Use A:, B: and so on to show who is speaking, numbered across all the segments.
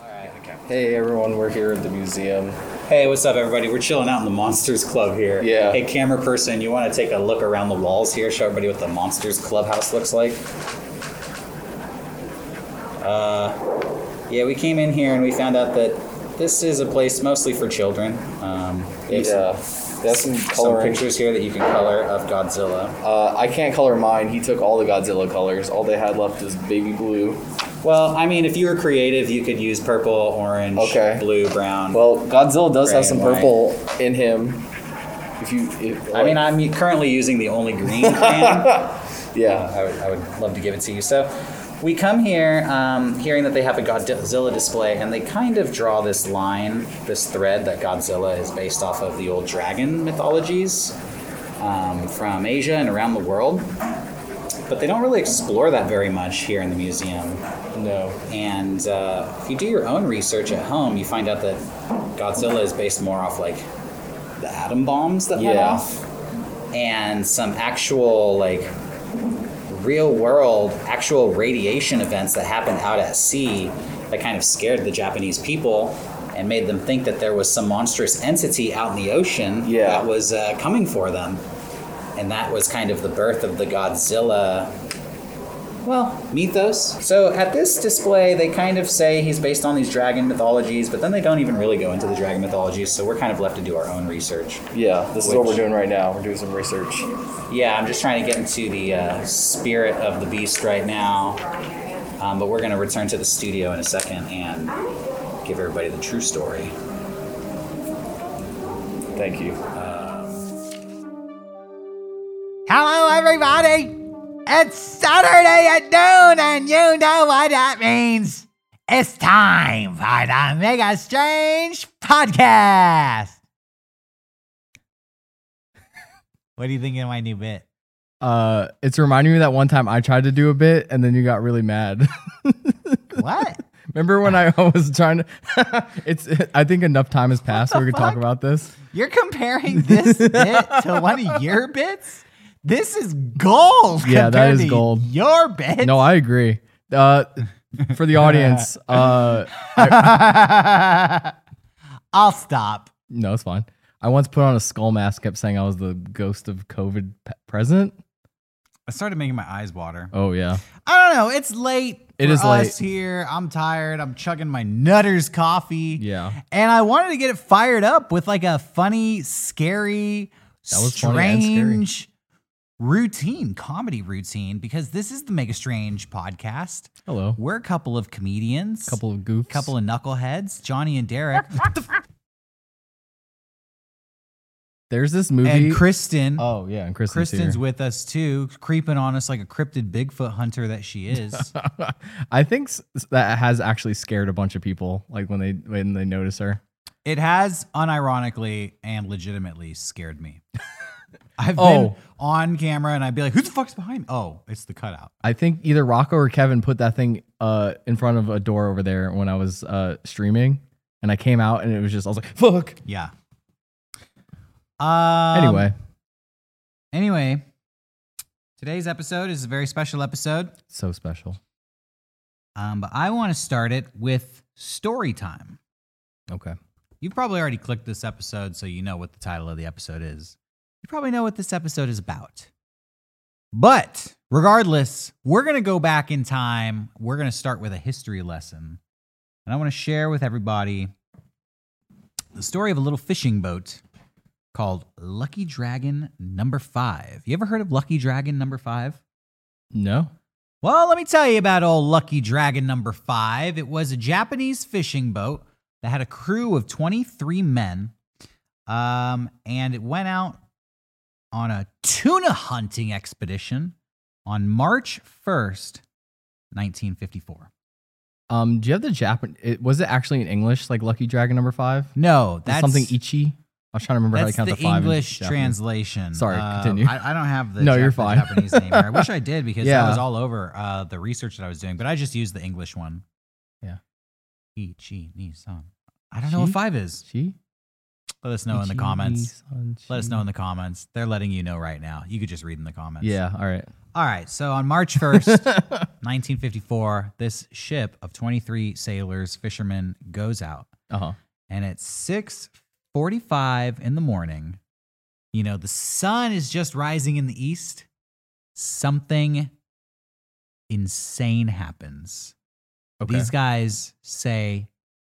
A: Alright.
B: Hey everyone, we're here at the museum.
A: Hey, what's up, everybody? We're chilling out in the Monsters Club here.
B: Yeah.
A: Hey, camera person, you want to take a look around the walls here, show everybody what the Monsters Clubhouse looks like? Uh, yeah, we came in here and we found out that this is a place mostly for children. Um, they have
B: Yeah,
A: some,
B: that's uh, some
A: some
B: coloring.
A: pictures here that you can color of Godzilla.
B: Uh, I can't color mine. He took all the Godzilla colors. All they had left is baby blue.
A: Well, I mean, if you were creative, you could use purple, orange,
B: Okay.
A: blue, brown.
B: Well, Godzilla does
A: Gray
B: have some
A: and white.
B: purple in him. If you, if,
A: I mean, I'm currently using the only green can.
B: yeah,
A: Uh, I would, I would love to give it to you. So we come here um, hearing that they have a Godzilla display, and they kind of draw this line, this thread that Godzilla is based off of the old dragon mythologies um, from Asia and around the world. But they don't really explore that very much here in the museum.
B: no.
A: And uh, if you do your own research at home, you find out that Godzilla is based more off like the atom bombs that went
B: Yeah.
A: off and some actual like real world actual radiation events that happened out at sea that kind of scared the Japanese people and made them think that there was some monstrous entity out in the ocean
B: Yeah.
A: that was uh, coming for them. And that was kind of the birth of the Godzilla well, mythos. So at this display, they kind of say he's based on these dragon mythologies, but then they don't even really go into the dragon mythologies, so we're kind of left to do our own research.
B: Yeah, this is what
A: Which-
B: we're doing right now. We're doing some research.
A: Yeah, I'm just trying to get into the uh, spirit of the beast right now, um, but we're going to return to the studio in a second and give everybody the true story.
B: Thank you.
C: Hello, everybody! It's Saturday at noon, and you know what that means. It's time for the Mega Strange Podcast! what do you think of my new bit?
D: Uh, it's reminding me that one time I tried to do a bit and then you got really mad.
C: What?
D: Remember when I was trying to? it's. I think enough time has passed so we
C: the
D: can talk
C: fuck?
D: about this.
C: You're comparing this bit to one of your bits? This is gold.
D: Yeah, that
C: compared
D: is
C: to
D: gold.
C: Your bit.
D: No, I agree. Uh, for the audience, uh,
C: I'll stop.
D: no, it's fine. I once put on a skull mask, kept saying I was the ghost of COVID pe- present.
C: I started making my eyes water.
D: Oh yeah,
C: I don't know. It's late.
D: It
C: for
D: is
C: us here. I'm tired. I'm chugging my Nutters coffee.
D: yeah.
C: And I wanted to get it fired up with like a funny, scary,
D: That was funny and scary.
C: strange routine, comedy routine, because this is the Mega Strange podcast.
D: Hello,
C: We're a couple of comedians,
D: couple of goofs.
C: couple of knuckleheads, Johnny and Derek,
D: There's this movie.
C: and Kristen.
D: oh yeah, and Kristen's,
C: Kristen's
D: here.
C: with us too, creeping on us like a cryptid Bigfoot hunter that she is.
D: I think s- that has actually scared a bunch of people. Like when they when they notice her.
C: It has unironically and legitimately scared me. I've been
D: Oh.
C: on camera and I'd be like, who the fuck's behind me? Oh, it's the cutout.
D: I think either Rocco or Kevin put that thing uh, in front of a door over there when I was uh, streaming, and I came out and it was just I was like, "Fuck."
C: Yeah. Um,
D: anyway,
C: Anyway, today's episode is a very special episode,
D: so special.
C: um, but I want to start it with story time.
D: Okay.
C: You've probably already clicked this episode, so you know what the title of the episode is. You probably know what this episode is about. But regardless, we're going to go back in time. We're going to start with a history lesson. And I want to share with everybody the story of a little fishing boat called Lucky Dragon Number Five. You ever heard of Lucky Dragon Number Five?
D: No.
C: Well, let me tell you about old Lucky Dragon number five. It was a Japanese fishing boat that had a crew of 23 men. Um, and it went out on a tuna hunting expedition on March 1st, 1954.
D: Um, do you have the Japan? It, was it actually in English, like Lucky Dragon number five?
C: No,
D: Is
C: Oh, that's
D: something ichi. I was trying to remember how to
C: That's
D: count
C: the,
D: the, five. in
C: English
D: Japanese.
C: translation.
D: Sorry,
C: Uh,
D: continue.
C: I, I don't have the
D: No,
C: Jap-
D: you're
C: the
D: fine.
C: Japanese name. here. I wish I did because that
D: Yeah.
C: was all over uh, the research that I was doing, but I just used the English one.
D: Yeah.
C: Ichi ni san. Oh, I don't know what
D: Chi?
C: five is.
D: Chi?
C: Let us know in the comments. Let us know in the comments. They're letting you know right now. You could just read in the comments.
D: Yeah. All right.
C: All right. So on March 1st, 1954, this ship of 23 sailors, fishermen goes out.
D: Uh huh.
C: And at 6:45 in the morning, you know, the sun is just rising in the east. Something insane happens.
D: Okay.
C: These guys say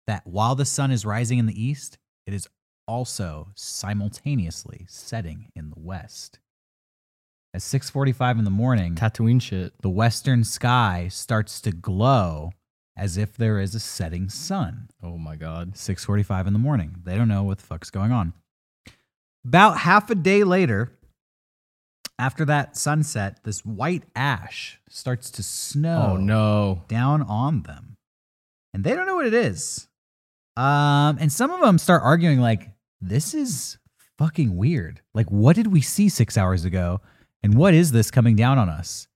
C: that while the sun is rising in the east, it is also simultaneously setting in the west. At 6:45 in the morning,
D: Tatooine shit.
C: the western sky starts to glow as if there is a setting sun.
D: Oh my god.
C: 6:45 in the morning. They don't know what the fuck's going on. About half a day later, after that sunset, this white ash starts to snow
D: Oh no.
C: down on them, and they don't know what it is. Um, and some of them start arguing like, "This is fucking weird. Like, what did we see six hours ago? And what is this coming down on us?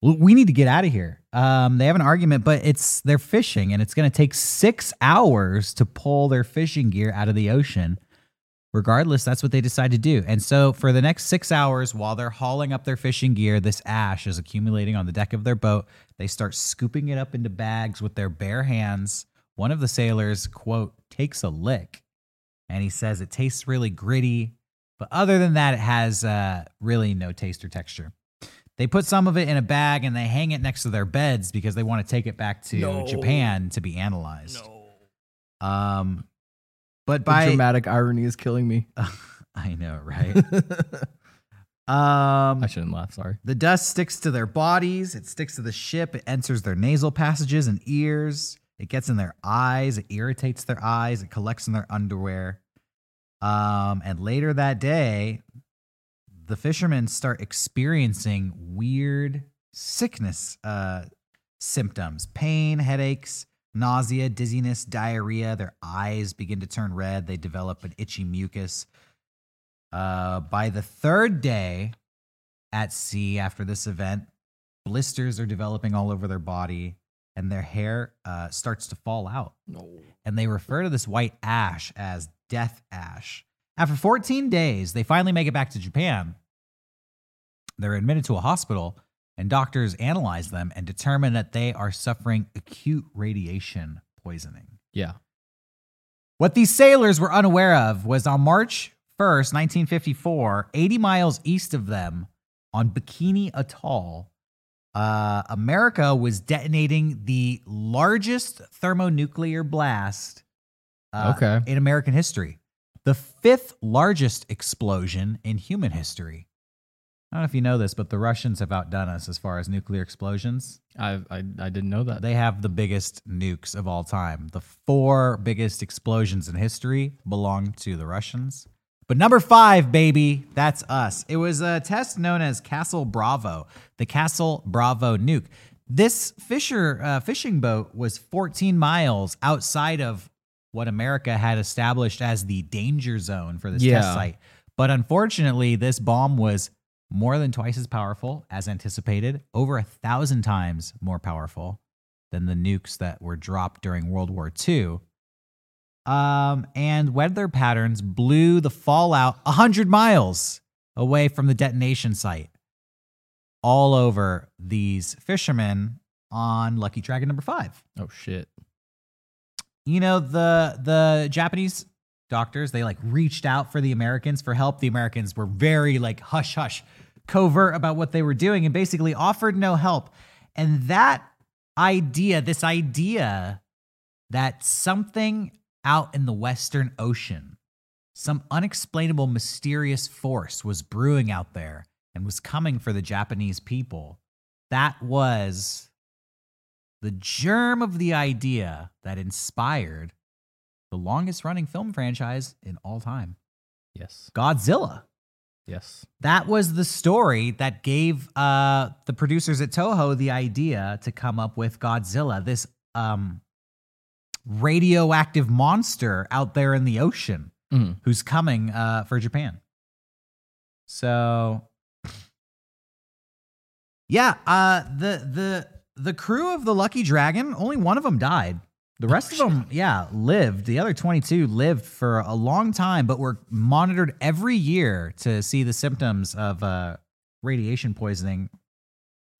C: Well, we need to get out of here." Um, they have an argument, but it's they're fishing, and it's going to take six hours to pull their fishing gear out of the ocean. Regardless, that's what they decide to do. And so, for the next six hours, while they're hauling up their fishing gear, this ash is accumulating on the deck of their boat. They start scooping it up into bags with their bare hands. One of the sailors, quote, takes a lick and he says it tastes really gritty. But other than that, it has uh, really no taste or texture. They put some of it in a bag and they hang it next to their beds because they want to take it back to Japan to be analyzed. No. Um, but
D: The
C: by
D: dramatic irony is killing me.
C: I know, right? um,
D: I shouldn't laugh. Sorry.
C: the dust sticks to their bodies, it sticks to the ship, it enters their nasal passages and ears, it gets in their eyes, it irritates their eyes, it collects in their underwear. Um, and later that day, the fishermen start experiencing weird sickness uh, symptoms pain, headaches, nausea, dizziness, diarrhea. Their eyes begin to turn red, they develop an itchy mucus. Uh, by the third day, at sea after this event. Blisters are developing all over their body, and their hair uh, starts to fall out. And they refer to this white ash as death ash. After 14 days, they finally make it back to Japan. They're admitted to a hospital, and doctors analyze them and determine that they are suffering acute radiation poisoning.
D: Yeah.
C: What these sailors were unaware of was on March 1st, 1954, 80 miles east of them on Bikini Atoll, uh, America was detonating the largest thermonuclear blast uh,
D: Okay.
C: in American history, the fifth largest explosion in human history. I don't know if you know this, but the Russians have outdone us as far as nuclear explosions.
D: I I, I didn't know that.
C: They have the biggest nukes of all time. The four biggest explosions in history belong to the Russians. But number five, baby, that's us. It was a test known as Castle Bravo, the Castle Bravo nuke. This fisher uh, fishing boat was 14 miles outside of what America had established as the danger zone for this test
D: Yeah.
C: site. But unfortunately, this bomb was more than twice as powerful as anticipated, over a thousand times more powerful than the nukes that were dropped during World War II. Um, and weather patterns blew the fallout 100 miles away from the detonation site, all over these fishermen on Lucky Dragon number five.
D: oh shit.
C: You know, the, the Japanese doctors, they like reached out for the Americans for help. The Americans were very like hush hush, covert about what they were doing and basically offered no help. And that idea, this idea that something out in the Western Ocean, some unexplainable, mysterious force was brewing out there and was coming for the Japanese people, that was the germ of the idea that inspired the longest running film franchise in all time
D: Yes.
C: Godzilla
D: Yes.
C: that was the story that gave uh, the producers at Toho the idea to come up with Godzilla, this um, radioactive monster out there in the ocean
D: Mhm.
C: who's coming uh, for Japan. So, yeah, uh, the the the crew of the Lucky Dragon, only one of them died. The rest of
D: Oh,
C: them, yeah, lived. The other 22 lived for a long time, but were monitored every year to see the symptoms of uh, radiation poisoning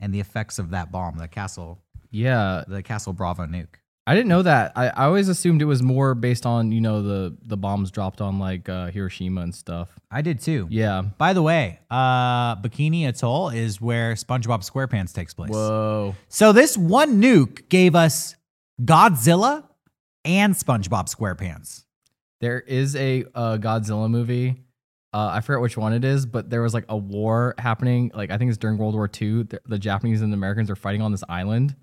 C: and the effects of that bomb, the Castle,
D: Yeah,
C: the Castle Bravo nuke.
D: I didn't know that. I, I always assumed it was more based on you know the the bombs dropped on like uh, Hiroshima and stuff.
C: I did too.
D: Yeah.
C: By the way, uh, Bikini Atoll is where SpongeBob SquarePants takes place.
D: Whoa.
C: So this one nuke gave us Godzilla and SpongeBob SquarePants.
D: There is a uh, Godzilla movie. Uh, I forget which one it is, but there was like a war happening. Like I think it's during World War II. The, the Japanese and the Americans are fighting on this island,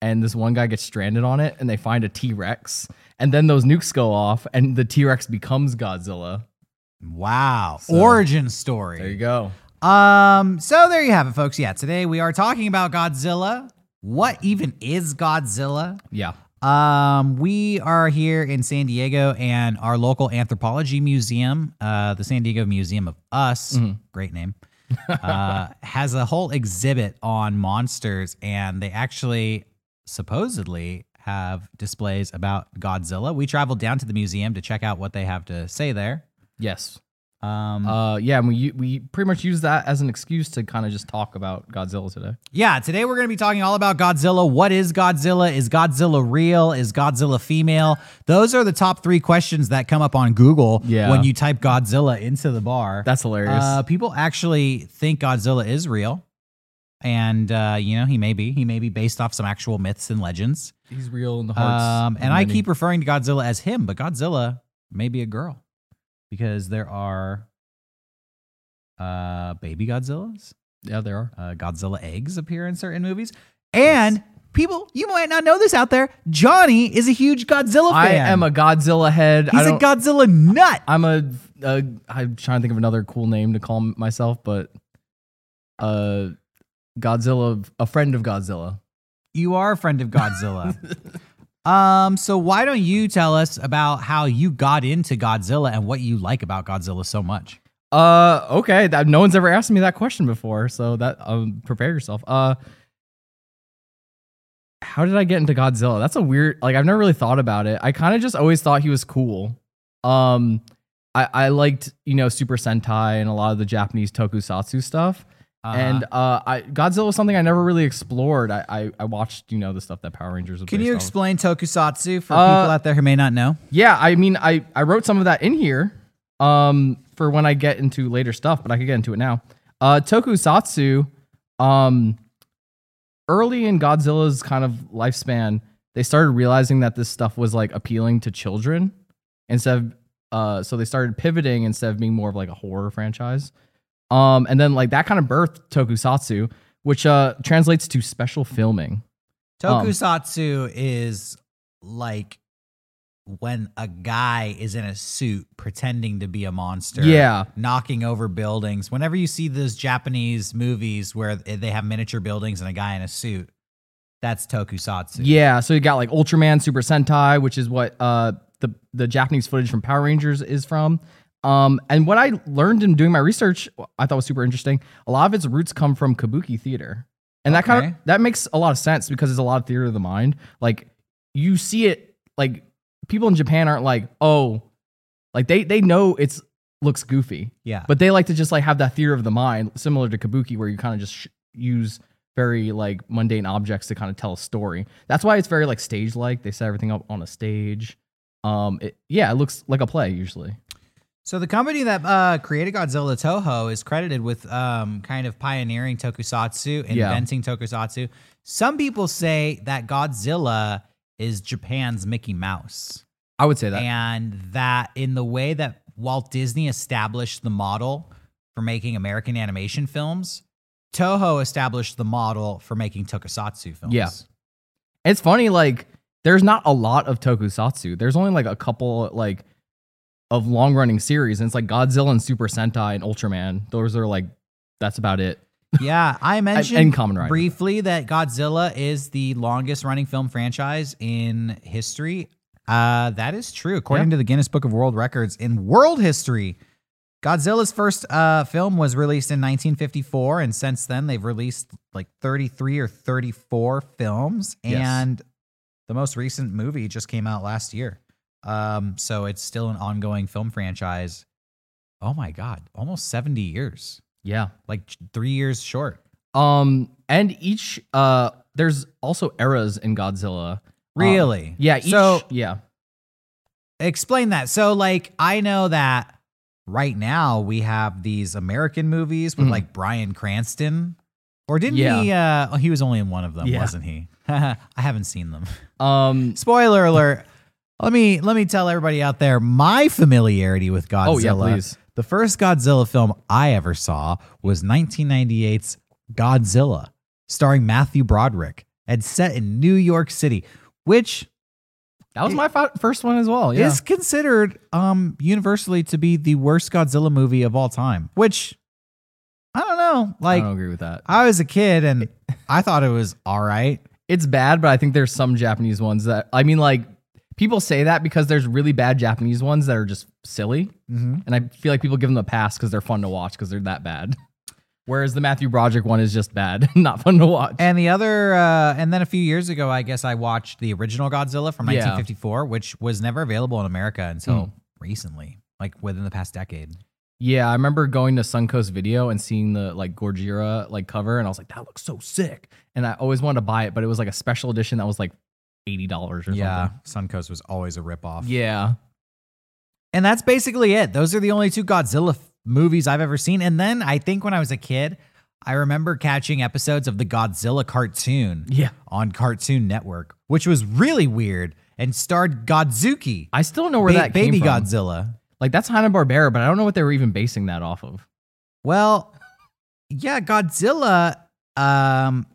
D: and this one guy gets stranded on it, and they find a T Rex, and then those nukes go off, and the T Rex becomes Godzilla.
C: Wow.
D: So-
C: Origin story.
D: There you go.
C: Um, so there you have it, folks. Yeah, today we are talking about Godzilla. What even is Godzilla?
D: Yeah.
C: Um, we are here in San Diego and our local anthropology museum, uh, the San Diego Museum of Us, great name, uh, has a whole exhibit on monsters, and they actually supposedly have displays about Godzilla. We traveled down to the museum to check out what they have to say there.
D: Yes.
C: Um,
D: Uh, yeah, and we u- we pretty much use that as an excuse to kind of just talk about Godzilla today.
C: Yeah, today we're going to be talking all about Godzilla. What is Godzilla? Is Godzilla real? Is Godzilla female? Those are the top three questions that come up on Google
D: Yeah.
C: when you type Godzilla into the bar.
D: That's hilarious.
C: uh, people actually think Godzilla is real. And, uh, you know, he may be. He may be based off some actual myths and legends.
D: He's real in the hearts.
C: Um,
D: of
C: and I
D: many.
C: keep referring to Godzilla as him, but Godzilla may be a girl because there are uh, baby Godzillas
D: yeah, there are.
C: uh, Godzilla eggs appear in certain movies. And people, you might not know this out there, Johnny is a huge Godzilla fan.
D: I am a Godzilla head. I
C: He's a
D: don't-
C: Godzilla nut.
D: I'm a, a. I'm trying to think of another cool name to call m- myself, but uh, Godzilla, a friend of Godzilla.
C: You are a friend of Godzilla. um, so why don't you tell us about how you got into Godzilla and what you like about Godzilla so much?
D: Uh, okay. That, no one's ever asked me that question before, so that um, prepare yourself. Uh, how did I get into Godzilla? That's a weird. Like, I've never really thought about it. I kind of just always thought he was cool. Um, I I liked you know Super Sentai and a lot of the Japanese tokusatsu stuff.
C: Uh-huh.
D: And uh, I, Godzilla was something I never really explored. I, I, I watched, you know, the stuff that Power Rangers. Was
C: can
D: based
C: you
D: off of.
C: explain tokusatsu for
D: Uh,
C: people out there who may not know?
D: Yeah, I mean, I I wrote some of that in here um for when I get into later stuff, but I could get into it now. Uh Tokusatsu um early in Godzilla's kind of lifespan, they started realizing that this stuff was like appealing to children instead of uh so they started pivoting instead of being more of like a horror franchise. Um and then like that kind of birthed Tokusatsu, which uh translates to special filming. um,
C: Tokusatsu is like when a guy is in a suit pretending to be a monster.
D: Yeah.
C: knocking over buildings. Whenever you see those Japanese movies where they have miniature buildings and a guy in a suit, that's tokusatsu.
D: Yeah, so you got like Ultraman, Super Sentai, which is what uh, the the Japanese footage from Power Rangers is from. Um, and what I learned in doing my research, I thought was super interesting. A lot of its roots come from kabuki theater, and that kind
C: Okay.
D: of that makes a lot of sense because it's a lot of theater of the mind. Like you see it, like people in Japan aren't like, oh, like they they know it's looks goofy,
C: Yeah.
D: but they like to just like have that theater of the mind similar to kabuki where you kind of just sh- use very like mundane objects to kind of tell a story that's why it's very like stage like they set everything up on a stage um it, yeah it looks like a play usually
C: so the company that uh, created Godzilla Toho is credited with um, kind of pioneering tokusatsu,
D: Yeah.
C: inventing tokusatsu. Some people say that Godzilla is Japan's Mickey Mouse.
D: i would say that
C: and that in the way that Walt Disney established the model for making American animation films, Toho established the model for making tokusatsu films.
D: Yeah. it's funny like there's not a lot of tokusatsu there's only like a couple like of long running series and it's like godzilla and super sentai and ultraman those are like that's about it
C: Yeah, I mentioned
D: and Kamen Rider.
C: briefly that Godzilla is the longest running film franchise in history. Uh, that is true. According to the Guinness Book of World Records, in world history, Godzilla's first uh, film was released in 1954, and since then they've released like 33 or 34 films.
D: Yes.
C: And the most recent movie just came out last year. Um, so it's still an ongoing film franchise. Oh my God, almost 70 years,
D: Yeah.
C: like j- three years short.
D: Um, and each uh, there's also eras in Godzilla.
C: Really?
D: Um, Yeah. Each,
C: so
D: yeah.
C: explain that. So, like, I know that right now we have these American movies with
D: Mhm.
C: like Brian Cranston, or didn't
D: Yeah.
C: he? Uh, oh, he was only in one of them,
D: Yeah.
C: wasn't he? I haven't seen them.
D: Um,
C: Spoiler alert. Let me let me tell everybody out there my familiarity with Godzilla.
D: Oh, yeah, please.
C: The first Godzilla film I ever saw was 1998's Godzilla, starring Matthew Broderick, and set in New York City, which
D: that was my fi- first one as well. Yeah.
C: is considered um universally to be the worst Godzilla movie of all time. Which I don't know. Like
D: I don't agree with that.
C: I was a kid and I thought it was all right.
D: It's bad, but I think there's some Japanese ones that I mean, like people say that because there's really bad Japanese ones that are just silly,
C: Mm-hmm.
D: and I feel like people give them a pass because they're fun to watch because they're that bad. Whereas the Matthew Broderick one is just bad, not fun to watch.
C: And the other, uh, and then a few years ago, I guess I watched the original Godzilla from
D: Yeah.
C: 1954, which was never available in America until recently, like within the past decade.
D: Yeah, I remember going to Suncoast Video and seeing the like Gorgira like cover, and I was like, that looks so sick. And I always wanted to buy it, but it was like a special edition that was like eighty dollars or
C: Yeah, Suncoast was always a ripoff.
D: something. Yeah.
C: And that's basically it. Those are the only two Godzilla f- movies I've ever seen. And then I think when I was a kid, I remember catching episodes of the Godzilla cartoon
D: Yeah.
C: on Cartoon Network, which was really weird and starred Godzuki,
D: I still don't know where
C: ba-
D: that
C: baby
D: came from.
C: Godzilla.
D: Like that's Hanna Barbera, but I don't know what they were even basing that off of.
C: Well, yeah, Godzilla. Um,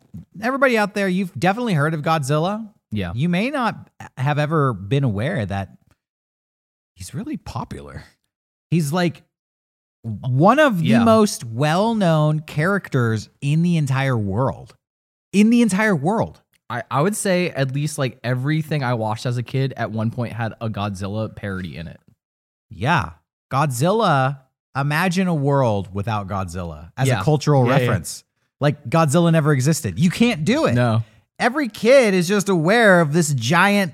C: everybody out there, you've definitely heard of Godzilla.
D: Yeah.
C: You may not have ever been aware that he's really popular. He's like one of
D: Yeah.
C: the most well-known characters in the entire world. In the entire world.
D: I, I would say at least like everything I watched as a kid at one point had a Godzilla parody in it.
C: Yeah. Godzilla, imagine a world without Godzilla as
D: Yeah.
C: a cultural
D: Yeah, yeah.
C: reference. Like Godzilla never existed. You can't do it.
D: No.
C: every kid is just aware of this giant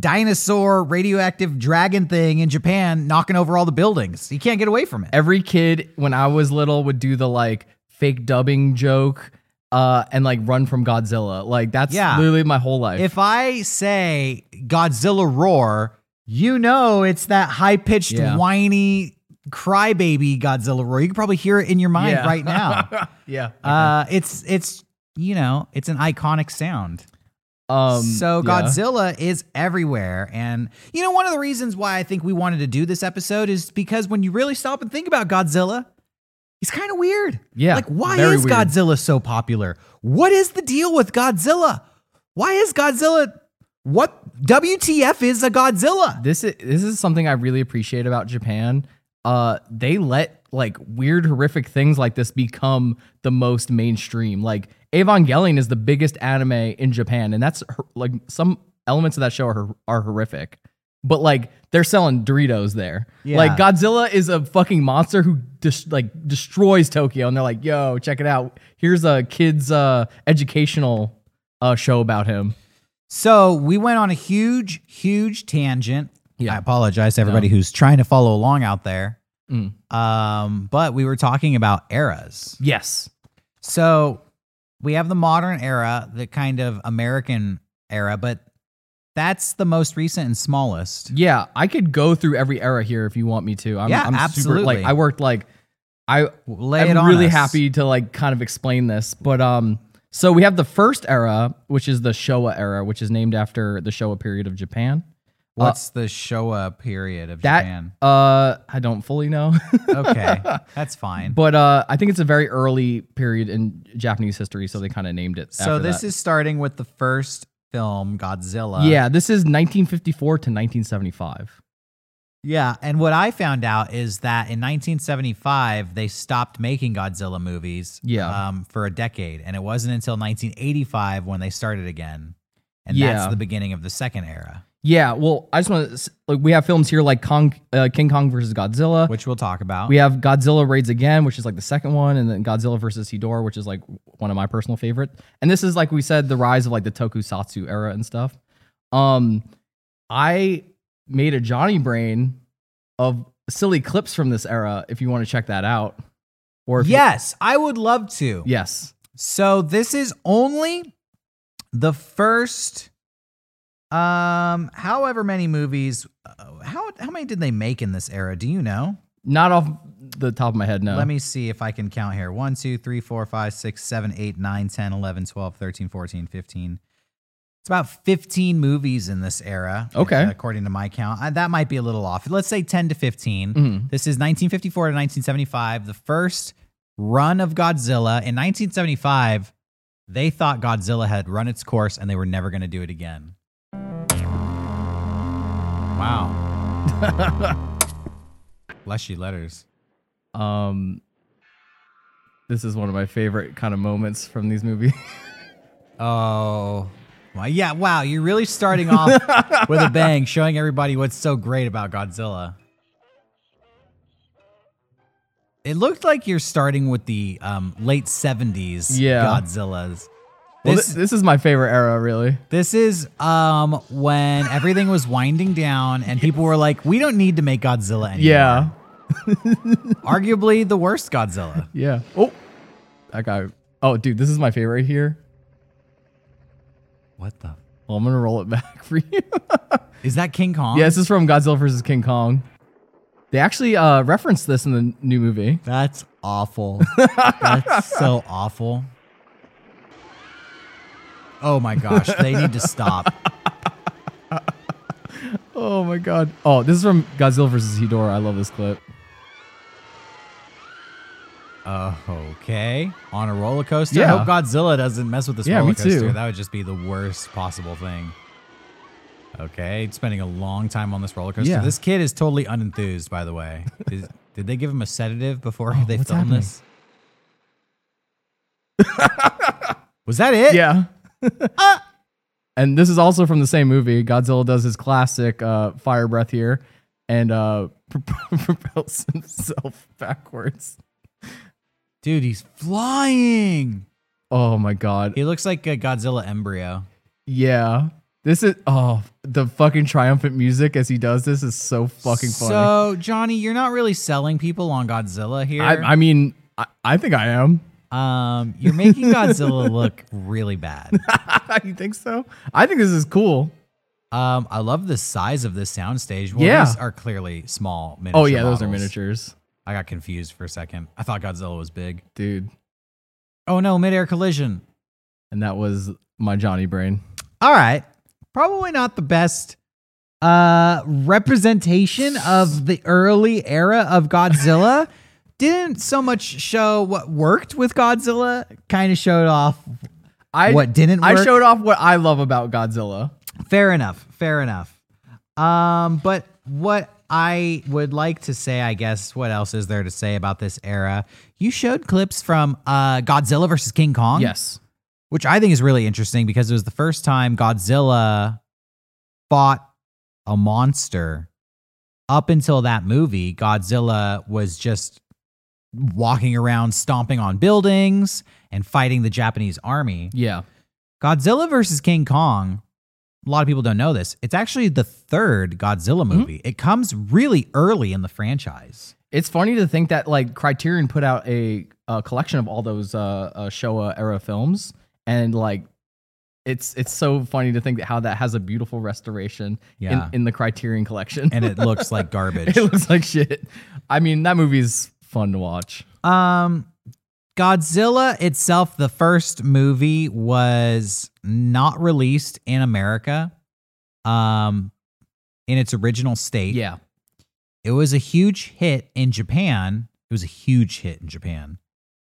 C: dinosaur radioactive dragon thing in Japan knocking over all the buildings. You can't get away from it.
D: every kid when I was little would do the like fake dubbing joke uh and like run from Godzilla. Like that's
C: Yeah.
D: literally my whole life.
C: If I say Godzilla roar, you know it's that high pitched,
D: Yeah.
C: whiny crybaby Godzilla roar. You can probably hear it in your mind
D: Yeah.
C: right now.
D: yeah.
C: uh, it's it's you know it's an iconic sound.
D: um
C: so
D: yeah.
C: Godzilla is everywhere. And you know, one of the reasons why I think we wanted to do this episode is because when you really stop and think about Godzilla, he's kind of weird.
D: Yeah,
C: Like, why
D: very
C: is
D: weird.
C: Godzilla so popular? What is the deal with Godzilla? Why is Godzilla what WTF is a Godzilla?
D: This is this is something I really appreciate about Japan. Uh they let like weird horrific things like this become the most mainstream. Like Evangelion is the biggest anime in Japan and that's hor- like some elements of that show are are horrific. But like they're selling Doritos there.
C: Yeah.
D: Like Godzilla is a fucking monster who dis- like destroys Tokyo and they're like, "Yo, check it out. Here's a kids uh educational uh show about him."
C: So we went on a huge, huge tangent.
D: Yeah.
C: I apologize to everybody who's trying to follow along out there.
D: Mm.
C: Um, but we were talking about eras.
D: Yes.
C: So we have the modern era, the kind of American era, but that's the most recent and smallest.
D: Yeah, I could go through every era here if you want me to. I'm,
C: Yeah,
D: I'm
C: absolutely.
D: Super, like I worked like I
C: Lay it
D: I'm
C: on
D: really
C: us.
D: happy uh, to like kind of explain this, but um so we have the first era, which is the Showa era, which is named after the Showa period of Japan.
C: What's the Showa period of
D: That
C: Japan?
D: uh I don't fully know.
C: Okay, that's fine.
D: but uh I think it's a very early period in Japanese history, so they kind of named it
C: so
D: after
C: this
D: that.
C: is uh, starting with the first film, Godzilla.
D: Yeah, this is 1954 to 1975.
C: Yeah. And what I found out is that in 1975, they stopped making Godzilla movies
D: Yeah.
C: um, for a decade. And it wasn't until 1985 when they started again. And
D: Yeah.
C: that's the beginning of the second era,
D: Yeah, well, I just want to like we have films here like Kong, uh, King Kong versus Godzilla,
C: which we'll talk about.
D: We have Godzilla Raids Again, which is like the second one, and then Godzilla versus Hedorah, which is like one of my personal favorite. And this is like we said, the rise of like the tokusatsu era and stuff. Um, I made a Johnny Brain of silly clips from this era. If you want to check that out, or if you-
C: Yes, I would love to.
D: yes,
C: So this is only the first um however many movies uh, how how many did they make in this era? Do you know?
D: not off the top of my head. No,
C: Let me see if I can count here. 1, 2, 3, 4, 5, 6, 7, 8, 9, 10, 11, 12, 13, 14, 15. It's about 15 movies in this era.
D: Okay.
C: According to my count. I, that might be a little off. Let's say 10 to 15.
D: Mhm.
C: This is 1954 to 1975, the first run of Godzilla. In 1975, they thought Godzilla had run its course and they were never going to do it again. Wow. Bless you, letters.
D: Um, this is one of my favorite kind of moments from these movies.
C: Oh. Well, yeah, wow. You're really starting off with a bang, showing everybody what's so great about Godzilla. It looked like you're starting with the um, late 70s
D: Yeah.
C: Godzillas.
D: well,
C: This,
D: this, this is my favorite era, really.
C: this is um, when everything was winding down and people were like, we don't need to make Godzilla anymore.
D: Yeah,
C: Arguably the worst Godzilla.
D: yeah. Oh, that guy. Oh, dude, this is my favorite here.
C: What the?
D: Well, I'm gonna roll it back for you.
C: Is that King Kong?
D: yeah, this is from Godzilla vs. King Kong. They actually uh, referenced this in the new movie.
C: That's awful. That's so awful. Oh my gosh, they need to stop.
D: Oh my god. Oh, this is from Godzilla vs. Hedorah. I love this clip.
C: Uh, okay. On a roller coaster.
D: Yeah.
C: I hope Godzilla doesn't mess with this
D: Yeah, me
C: roller coaster.
D: too.
C: That would just be the worst possible thing. Okay, spending a long time on this roller coaster.
D: Yeah.
C: This kid is totally unenthused, by the way. Did, did they give him a sedative before they
D: Oh, what's
C: filmed this? Was that it?
D: Yeah. Uh. and this is also from the same movie. Godzilla does his classic uh, fire breath here and uh, propels himself backwards.
C: Dude, he's flying.
D: Oh my god.
C: He looks like a Godzilla embryo.
D: Yeah. This is oh the fucking triumphant music as he does this is so fucking funny.
C: So, Johnny, you're not really selling people on Godzilla here.
D: I, I mean, I, I think I am.
C: um, you're making Godzilla look really bad.
D: you think so? I think this is cool.
C: Um, I love the size of this soundstage. Well,
D: Yeah.
C: these are clearly small miniature.
D: Oh yeah, those are
C: models.
D: miniatures,
C: I got confused for a second. I thought Godzilla was big.
D: dude.
C: Oh no, midair collision.
D: And that was my Johnny Brain.
C: All right. Probably not the best uh representation of the early era of Godzilla. Didn't so much show what worked with Godzilla, kind of showed off
D: I
C: what didn't work.
D: I showed off what I love about Godzilla.
C: fair enough. Fair enough. Um, but what I would like to say, I guess, what else is there to say about this era? You showed clips from uh, Godzilla versus King Kong.
D: Yes.
C: which I think is really interesting because it was the first time Godzilla fought a monster. Up until that movie, Godzilla was just walking around stomping on buildings and fighting the Japanese army.
D: Yeah.
C: Godzilla versus King Kong, a lot of people don't know this. It's actually the third Godzilla
D: Mm-hmm.
C: movie. It comes really early in the franchise.
D: It's funny to think that like Criterion put out a, uh collection of all those uh, uh, Showa era films, and like it's it's so funny to think that how that has a beautiful restoration
C: Yeah.
D: in, in the Criterion collection.
C: And it looks like garbage.
D: it looks like shit. I mean, that movie's fun to watch.
C: Um, Godzilla itself, the first movie was not released in America, um, in its original state.
D: Yeah.
C: it was a huge hit in Japan. It was a huge hit in Japan.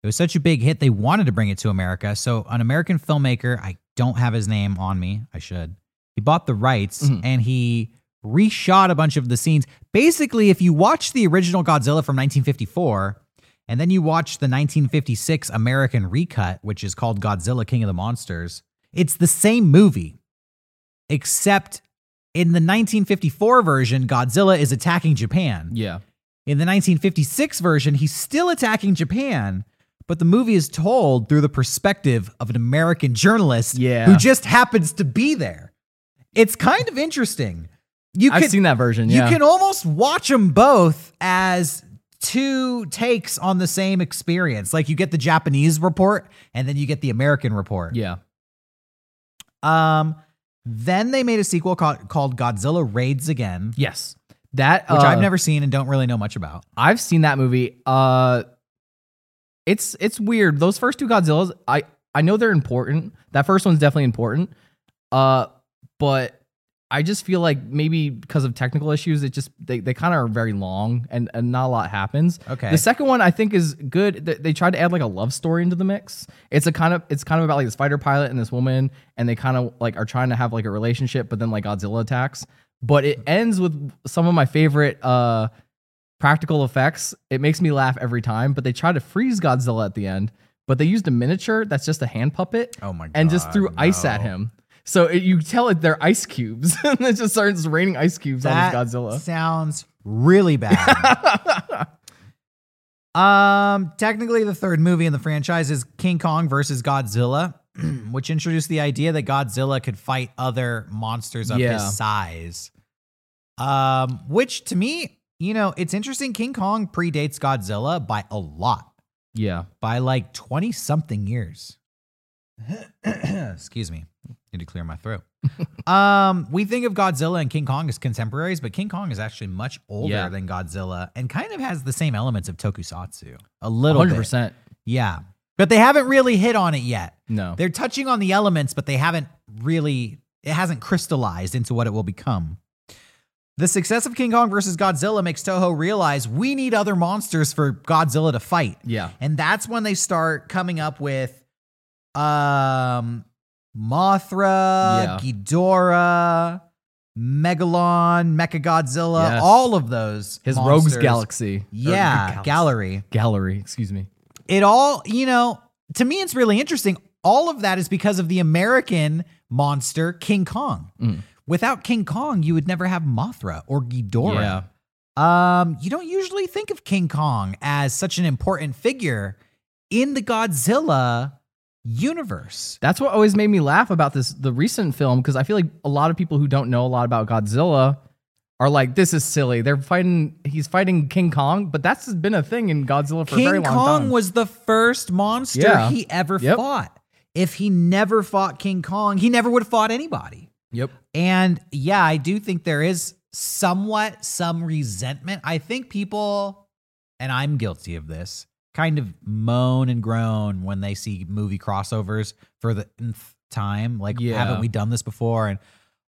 C: It was such a big hit they wanted to bring it to America. So an American filmmaker, I don't have his name on me. I should. He bought the rights
D: Mhm.
C: and he reshot a bunch of the scenes. Basically, if you watch the original Godzilla from 1954 and then you watch the 1956 American recut, which is called Godzilla King of the Monsters, it's the same movie, except in the 1954 version, Godzilla is attacking Japan.
D: Yeah.
C: In the 1956 version, he's still attacking Japan, but the movie is told through the perspective of an American journalist
D: Yeah.
C: who just happens to be there. It's kind of interesting. You
D: I've
C: could,
D: seen that version.
C: you
D: Yeah.
C: can almost watch them both as two takes on the same experience. Like you get the Japanese report and then you get the American report.
D: yeah.
C: Um, then they made a sequel called, called Godzilla Raids Again, which
D: Yes. That uh,
C: I've never seen and don't really know much about.
D: I've seen that movie. Uh, it's it's weird. Those first two Godzillas, I I know they're important. That first one's definitely important. Uh, but I just feel like maybe because of technical issues, it just they, they kind of are very long and, and not a lot happens.
C: Okay.
D: The second one I think is good. They, they tried to add like a love story into the mix. It's a kind of it's kind of about like this fighter pilot and this woman, and they kind of like are trying to have like a relationship, but then like Godzilla attacks. But it ends with some of my favorite uh practical effects. It makes me laugh every time. But they try to freeze Godzilla at the end, but they used a miniature that's just a hand puppet
C: Oh my god.
D: and just threw ice at
C: no.
D: him. So it, you tell it they're ice cubes, and it just starts raining ice cubes
C: That
D: on this Godzilla.
C: sounds really bad. um, technically, the third movie in the franchise is King Kong versus Godzilla, which introduced the idea that Godzilla could fight other monsters of
D: Yeah.
C: his size. Um, which to me, you know, it's interesting. King Kong predates Godzilla by a lot,
D: yeah,
C: by like twenty something years. Excuse me, need to clear my throat. Um, we think of Godzilla and King Kong as contemporaries, but King Kong is actually much older
D: Yeah.
C: than Godzilla and kind of has the same elements of tokusatsu. A little
D: hundred
C: bit.
D: percent.
C: Yeah. But they haven't really hit on it yet.
D: No.
C: They're touching on the elements, but they haven't really it hasn't crystallized into what it will become. The success of King Kong versus Godzilla makes Toho realize we need other monsters for Godzilla to fight.
D: yeah.
C: And that's when they start coming up with um Mothra,
D: Yeah.
C: Ghidorah, Megalon, Mechagodzilla,
D: Yes.
C: all of those.
D: His
C: monsters.
D: Rogues Galaxy. or
C: Yeah,
D: Galaxy.
C: gallery.
D: Gallery, excuse me.
C: It all, you know, to me it's really interesting. All of that is because of the American monster King Kong.
D: Mm.
C: Without King Kong, you would never have Mothra or Ghidorah.
D: Yeah.
C: Um, you don't usually think of King Kong as such an important figure in the Godzilla universe.
D: That's what always made me laugh about this the recent film because I feel like a lot of people who don't know a lot about Godzilla are like, this is silly. They're fighting he's fighting King Kong, but that's been a thing in Godzilla for a very
C: King
D: long
C: Kong
D: time.
C: was the first monster
D: Yeah.
C: he ever
D: Yep.
C: fought. If he never fought King Kong, he never would have fought anybody.
D: yep.
C: And yeah, I do think there is somewhat some resentment. I think people, and I'm guilty of this, kind of moan and groan when they see movie crossovers for the nth time. Like,
D: Yeah.
C: haven't we done this before? And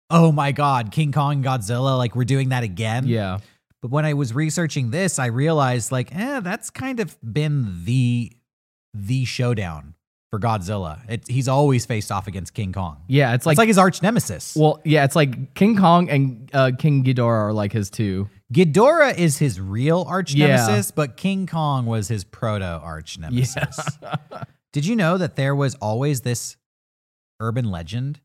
C: oh my God, King Kong, and Godzilla, like we're doing that again.
D: Yeah.
C: But when I was researching this, I realized like, eh, that's kind of been the the showdown for Godzilla. It, he's always faced off against King Kong.
D: Yeah. It's like,
C: it's like his arch nemesis.
D: well, yeah, it's like King Kong and uh, King Ghidorah are like his two.
C: Ghidorah is his real arch
D: Yeah.
C: nemesis, but King Kong was his proto arch nemesis. Did you know that there was always this urban legend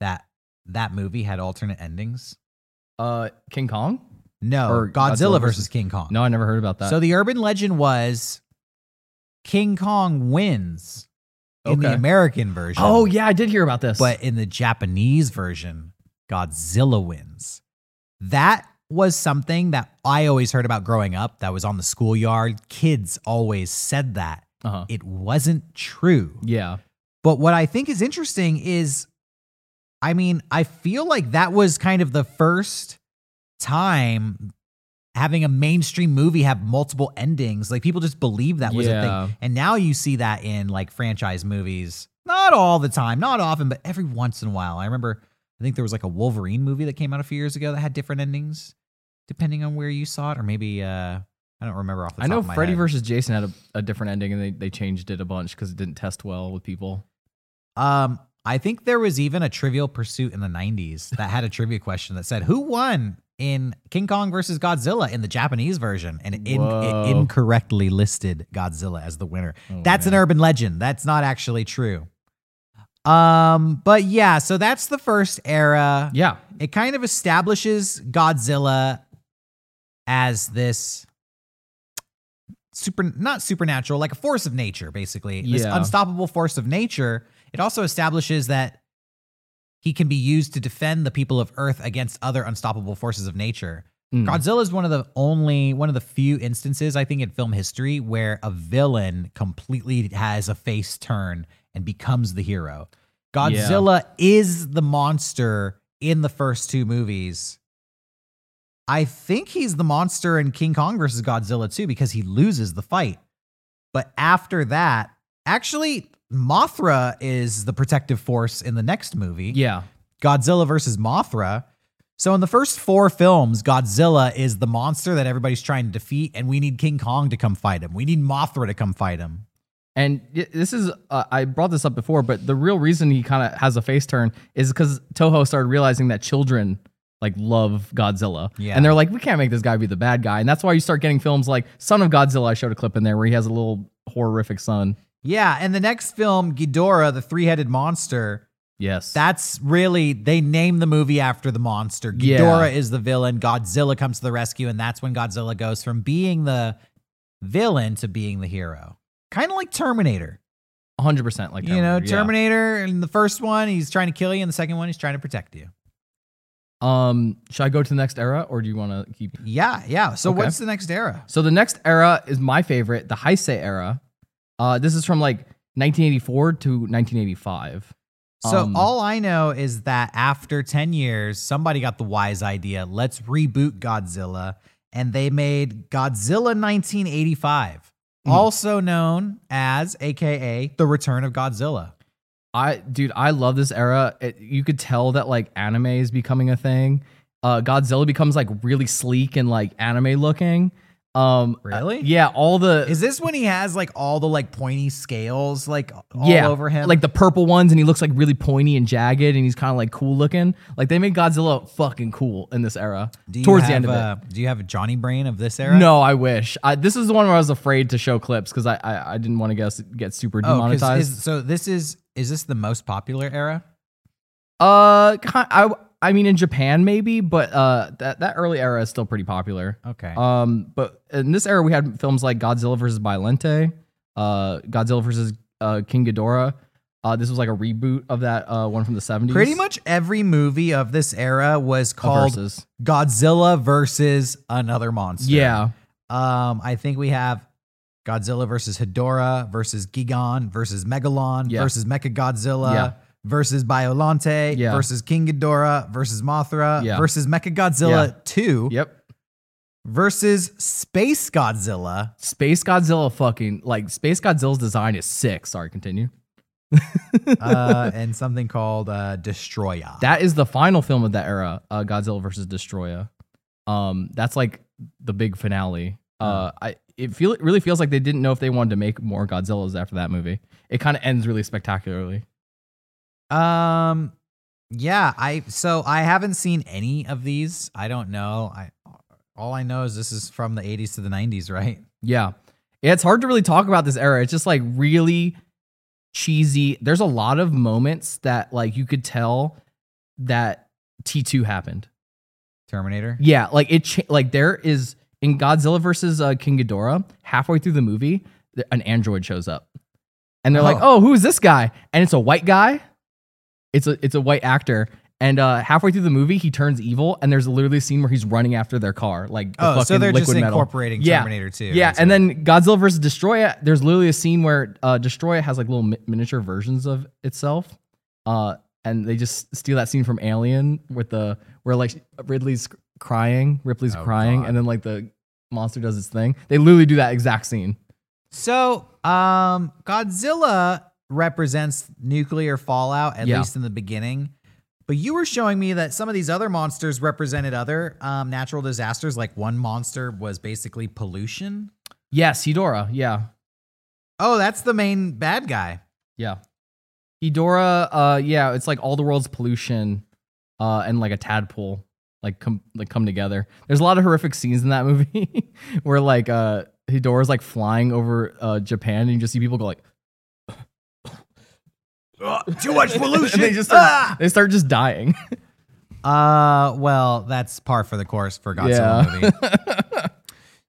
C: that that movie had alternate endings?
D: Uh, King Kong?
C: No,
D: Or
C: Godzilla,
D: Godzilla
C: versus
D: versus-
C: King Kong.
D: No, I never heard about that.
C: So the urban legend was King Kong wins in the
D: Okay.
C: American version.
D: oh yeah, I did hear about this.
C: But in the Japanese version, Godzilla wins. That was something that I always heard about growing up that was on the schoolyard. Kids always said that.
D: uh-huh.
C: It wasn't true.
D: yeah,
C: But what I think is interesting is, I mean, I feel like that was kind of the first time having a mainstream movie have multiple endings. Like people just believe that was a
D: Yeah.
C: thing. And now you see that in like franchise movies. Not all the time, not often, but every once in a while. I remember, I think there was like a Wolverine movie that came out a few years ago that had different endings, depending on where you saw it, or maybe uh, I don't remember off the top
D: I know
C: of my
D: Freddy
C: head.
D: versus Jason had a, a different ending, and they, they changed it a bunch because it didn't test well with people.
C: Um, I think there was even a Trivial Pursuit in the '90s that had a trivia question that said, "Who won in King Kong versus Godzilla in the Japanese version?" And it, in,
D: Whoa.
C: it incorrectly listed Godzilla as the winner.
D: Oh,
C: That's an
D: man.
C: urban legend. That's not actually true. Um, but yeah, so that's the first era.
D: yeah,
C: It kind of establishes Godzilla as this super not supernatural, like a force of nature, basically. This
D: Yeah.
C: unstoppable force of nature. It also establishes that He can be used to defend the people of Earth against other unstoppable forces of nature.
D: Mm.
C: Godzilla is one of the only, one of the few instances I think in film history where a villain completely has a face turn and becomes the hero. Godzilla is the monster in the first two movies. I think he's the monster in King Kong versus Godzilla too because he loses the fight. But after that, actually, Mothra is the protective force in the next movie.
D: Yeah.
C: Godzilla versus Mothra. So in the first four films, Godzilla is the monster that everybody's trying to defeat, and we need King Kong to come fight him. We need Mothra to come fight him.
D: And y- this is, uh, I brought this up before, but the real reason he kind of has a face turn is because Toho started realizing that children like love Godzilla.
C: Yeah.
D: And they're like, we can't make this guy be the bad guy. And that's why you start getting films like Son of Godzilla. I showed a clip in there where he has a little horrific son.
C: Yeah, and the next film, Ghidorah, the three-headed monster,
D: Yes.
C: that's really they name the movie after the monster.
D: Yeah.
C: Ghidorah is the villain, Godzilla comes to the rescue, and that's when Godzilla goes from being the villain to being the hero. Kind of like Terminator.
D: 100% like
C: you know,
D: yeah.
C: Terminator in the first one, he's trying to kill you, and the second one, he's trying to protect you.
D: Um, should I go to the next era or do you want to keep
C: Yeah, yeah. So
D: Okay.
C: what's the next era?
D: So the next era is my favorite, the Heisei era. Uh, this is from like 1984 to 1985.
C: So
D: Um,
C: all I know is that after 10 years, somebody got the wise idea. Let's reboot Godzilla. And they made Godzilla 1985,
D: Mhm.
C: also known as AKA The Return of Godzilla.
D: I, dude, I love this era. It, you could tell that like anime is becoming a thing. Uh, Godzilla becomes like really sleek and like anime looking. Um,
C: Really?
D: uh, yeah, all the
C: Is this when he has like all the like pointy scales like all
D: yeah,
C: over him?
D: like the purple ones, and he looks like really pointy and jagged, and he's kind of like cool looking. Like they made Godzilla fucking cool in this era.
C: Do you
D: towards
C: have,
D: the end of it,
C: uh, Do you have a Johnny Brain of this era?
D: No, I wish. I, this is the one where I was afraid to show clips because I, I I didn't want to guess get super
C: Oh, 'cause
D: demonetized.
C: is- so this is is this the most popular era?
D: uh, ki- I I mean in Japan maybe, but uh that that early era is still pretty popular.
C: Okay.
D: Um, but in this era we had films like Godzilla versus Bylente, uh, Godzilla versus uh, King Ghidorah. Uh, this was like a reboot of that uh one from the seventies.
C: Pretty much every movie of this era was called
D: versus.
C: Godzilla versus another monster.
D: Yeah,
C: Um, I think we have Godzilla versus Hedorah versus Gigan versus Megalon
D: Yeah.
C: versus Mechagodzilla
D: Yeah.
C: versus Biolante
D: Yeah.
C: versus King Ghidorah versus Mothra
D: Yeah.
C: versus Mechagodzilla
D: Yeah.
C: 2
D: yep.
C: versus Space Godzilla.
D: Space Godzilla, fucking like Space Godzilla's design is sick. Sorry, continue.
C: uh, and something called uh, Destroya.
D: that is the final film of that era uh, godzilla versus destroya um that's like the big finale uh i it feel it really feels like they didn't know if they wanted to make more godzillas after that movie it kind of ends really spectacularly
C: Um yeah, I so I haven't seen any of these. I don't know. I all I know is this is from the 80s to the 90s, right?
D: yeah Yeah, it's hard to really talk about this era it's just like really cheesy there's a lot of moments that like you could tell that t2 happened
C: Terminator.
D: Yeah, like it. Cha- like there is in Godzilla versus uh, King Ghidorah. Halfway through the movie, th- an android shows up, and they're like, "Oh, who is this guy?" And it's a white guy. It's a it's a white actor. And uh, halfway through the movie, he turns evil, and there's literally a scene where he's running after their car, like the
C: Oh,
D: fucking
C: so they're
D: liquid
C: just
D: metal.
C: incorporating
D: Yeah.
C: Terminator 2.
D: Yeah,
C: into
D: and
C: it.
D: then Godzilla versus Destroya. There's literally a scene where uh, Destroya has like little mi- miniature versions of itself, uh, and they just steal that scene from Alien with the where like Ridley's crying, Ripley's
C: Oh,
D: crying,
C: God.
D: and then like the monster does its thing. They literally do that exact scene.
C: so um Godzilla represents nuclear fallout at
D: Yeah.
C: least in the beginning. But you were showing me that some of these other monsters represented other um, natural disasters. Like one monster was basically pollution.
D: Yes, Hedora. Yeah,
C: Oh, that's the main bad guy.
D: yeah, Hedora. Uh, yeah, it's like all the world's pollution, uh, and like a tadpole. Like come like come together. There's a lot of horrific scenes in that movie where like uh Hidora's like flying over uh Japan and you just see people go like
C: Too much pollution. Ah!
D: and they just start, they start just dying.
C: Uh, well, that's par for the course for Godzilla
D: Yeah.
C: movie.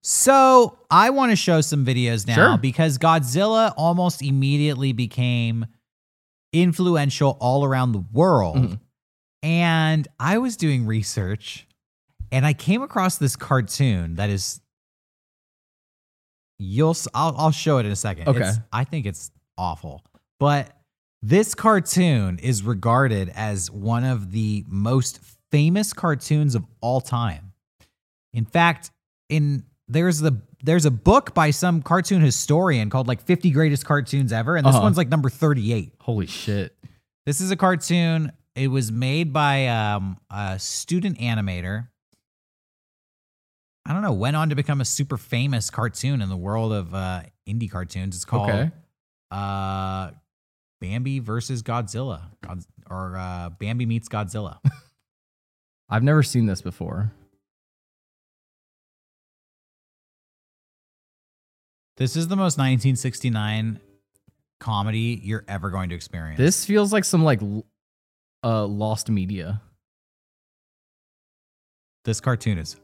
C: So I want to show some videos now
D: Sure.
C: because Godzilla almost immediately became influential all around the world.
D: Mhm.
C: And I was doing research and I came across this cartoon that is you'll s- I'll, I'll show it in a second.
D: Okay.
C: It's- I think it's awful. But this cartoon is regarded as one of the most famous cartoons of all time. In fact, in there's the there's a book by some cartoon historian called like 50 greatest cartoons ever and this
D: Uh-huh.
C: one's like number 38.
D: Holy shit.
C: This is a cartoon. It was made by um, a student animator. I don't know. Went on to become a super famous cartoon in the world of uh, indie cartoons. It's called
D: Okay.
C: uh, Bambi versus Godzilla, God, or uh, Bambi meets Godzilla.
D: I've never seen this before.
C: this is the most 1969 comedy you're ever going to experience.
D: This feels like some like l- uh lost media.
C: this cartoon is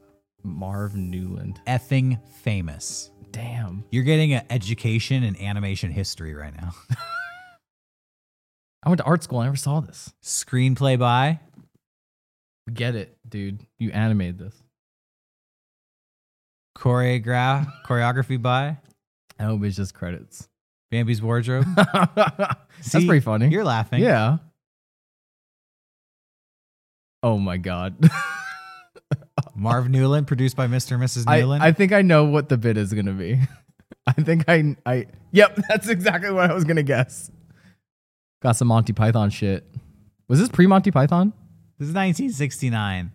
D: Marv Newland.
C: effing famous.
D: Damn.
C: You're getting an education in animation history right now.
D: I went to art school. I never saw this.
C: Screenplay by
D: We Get it, dude. You animated this.
C: choreograph choreography by
D: I hope it's just credits.
C: Bambi's wardrobe.
D: That's
C: See,
D: pretty funny.
C: You're laughing.
D: Yeah. Oh my god.
C: Marv Newland, produced by Mr. and Mrs.
D: I,
C: Newland.
D: I think I know what the bit is gonna be. I think I I yep, that's exactly what I was gonna guess. Got some Monty Python shit. Was this pre Monty Python?
C: this is 1969.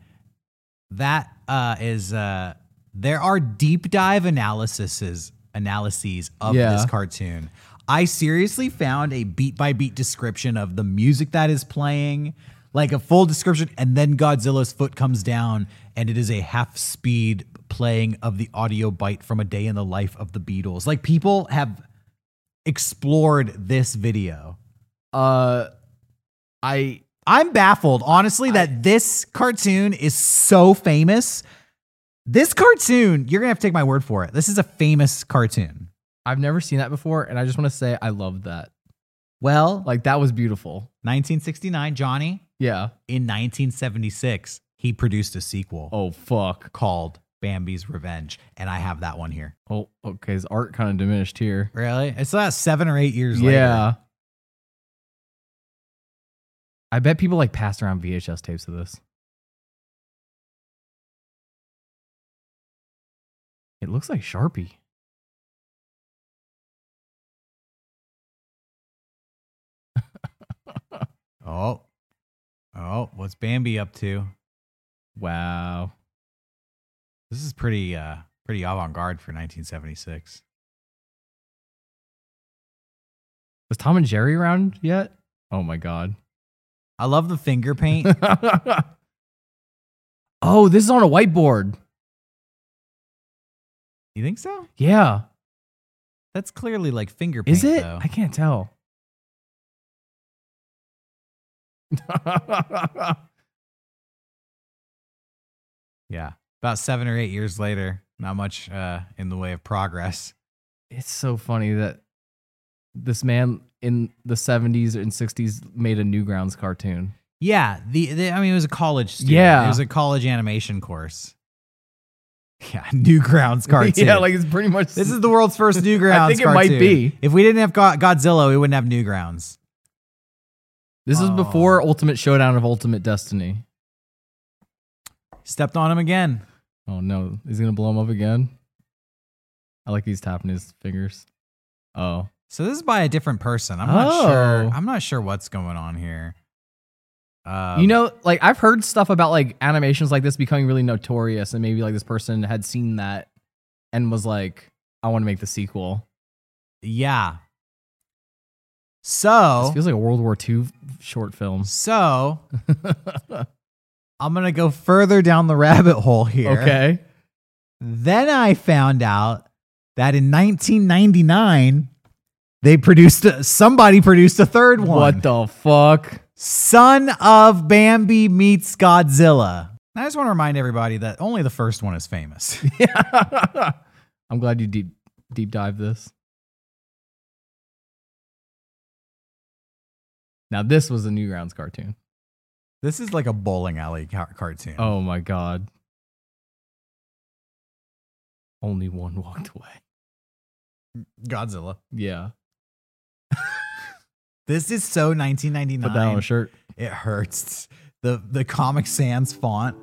C: That uh, is uh, there are deep dive analyses analyses of
D: Yeah.
C: this cartoon. I seriously found a beat by beat description of the music that is playing, like a full description, and then Godzilla's foot comes down, and it is a half speed playing of the audio bite from a day in the life of the Beatles. Like people have explored this video.
D: Uh I
C: I'm baffled, honestly, that this cartoon is so famous. This cartoon, you're gonna have to take my word for it. This is a famous cartoon.
D: I've never seen that before, and I just wanna say I loved that.
C: Well, like
D: Like that was beautiful.
C: 1969, Johnny.
D: Yeah.
C: In 1976, he produced a sequel
D: Oh fuck.
C: called Bambi's Revenge, and I have that one here.
D: Oh okay, his art kind of diminished here.
C: Really? It's about seven or eight years later.
D: Yeah. I bet people like passed around VHS tapes of this. It looks like Sharpie.
C: Oh, oh, what's Bambi up to?
D: Wow.
C: This is pretty, uh, pretty avant-garde for 1976.
D: Was Tom and Jerry around yet? Oh my god.
C: I love the finger paint.
D: oh, this is on a whiteboard.
C: you think so?
D: Yeah.
C: That's clearly like finger paint.
D: Is it?
C: Though.
D: I can't tell.
C: Yeah. About seven or eight years later, not much uh, in the way of progress.
D: it's so funny that this man in the 70s and 60s made a Newgrounds cartoon.
C: Yeah. The, the I mean, it was a college. Student.
D: Yeah.
C: It was a college animation course. Yeah. Newgrounds cartoon.
D: yeah, like it's pretty much
C: this is the world's first Newgrounds.
D: I think it might
C: cartoon.
D: be.
C: If we didn't have Go- Godzilla, we wouldn't have Newgrounds.
D: this is
C: Oh.
D: before Ultimate Showdown of Ultimate Destiny.
C: Stepped on him again.
D: Oh no, he's gonna blow him up again. I like he's tapping his fingers. Oh,
C: So this is by a different person. I'm not sure.
D: Oh.
C: I'm not sure what's going on here. Uh,
D: you know, like I've heard stuff about like animations like this becoming really notorious, and maybe like this person had seen that and was like, "I want to make the sequel."
C: Yeah. So Oh.
D: This feels like a World War II short film.
C: So I'm gonna go further down the rabbit hole here.
D: okay.
C: Then I found out that in 1999 they produced a, somebody produced a third one.
D: What the fuck?
C: Son of Bambi meets Godzilla. I just want to remind everybody that only the first one is famous.
D: I'm glad you deep deep dive this. Now this was a Newgrounds cartoon.
C: This is like a bowling alley car- cartoon.
D: Oh my god. Only one walked away.
C: Godzilla.
D: Yeah.
C: This is so 1999.
D: Put that on a shirt.
C: It hurts. The the Comic Sans font.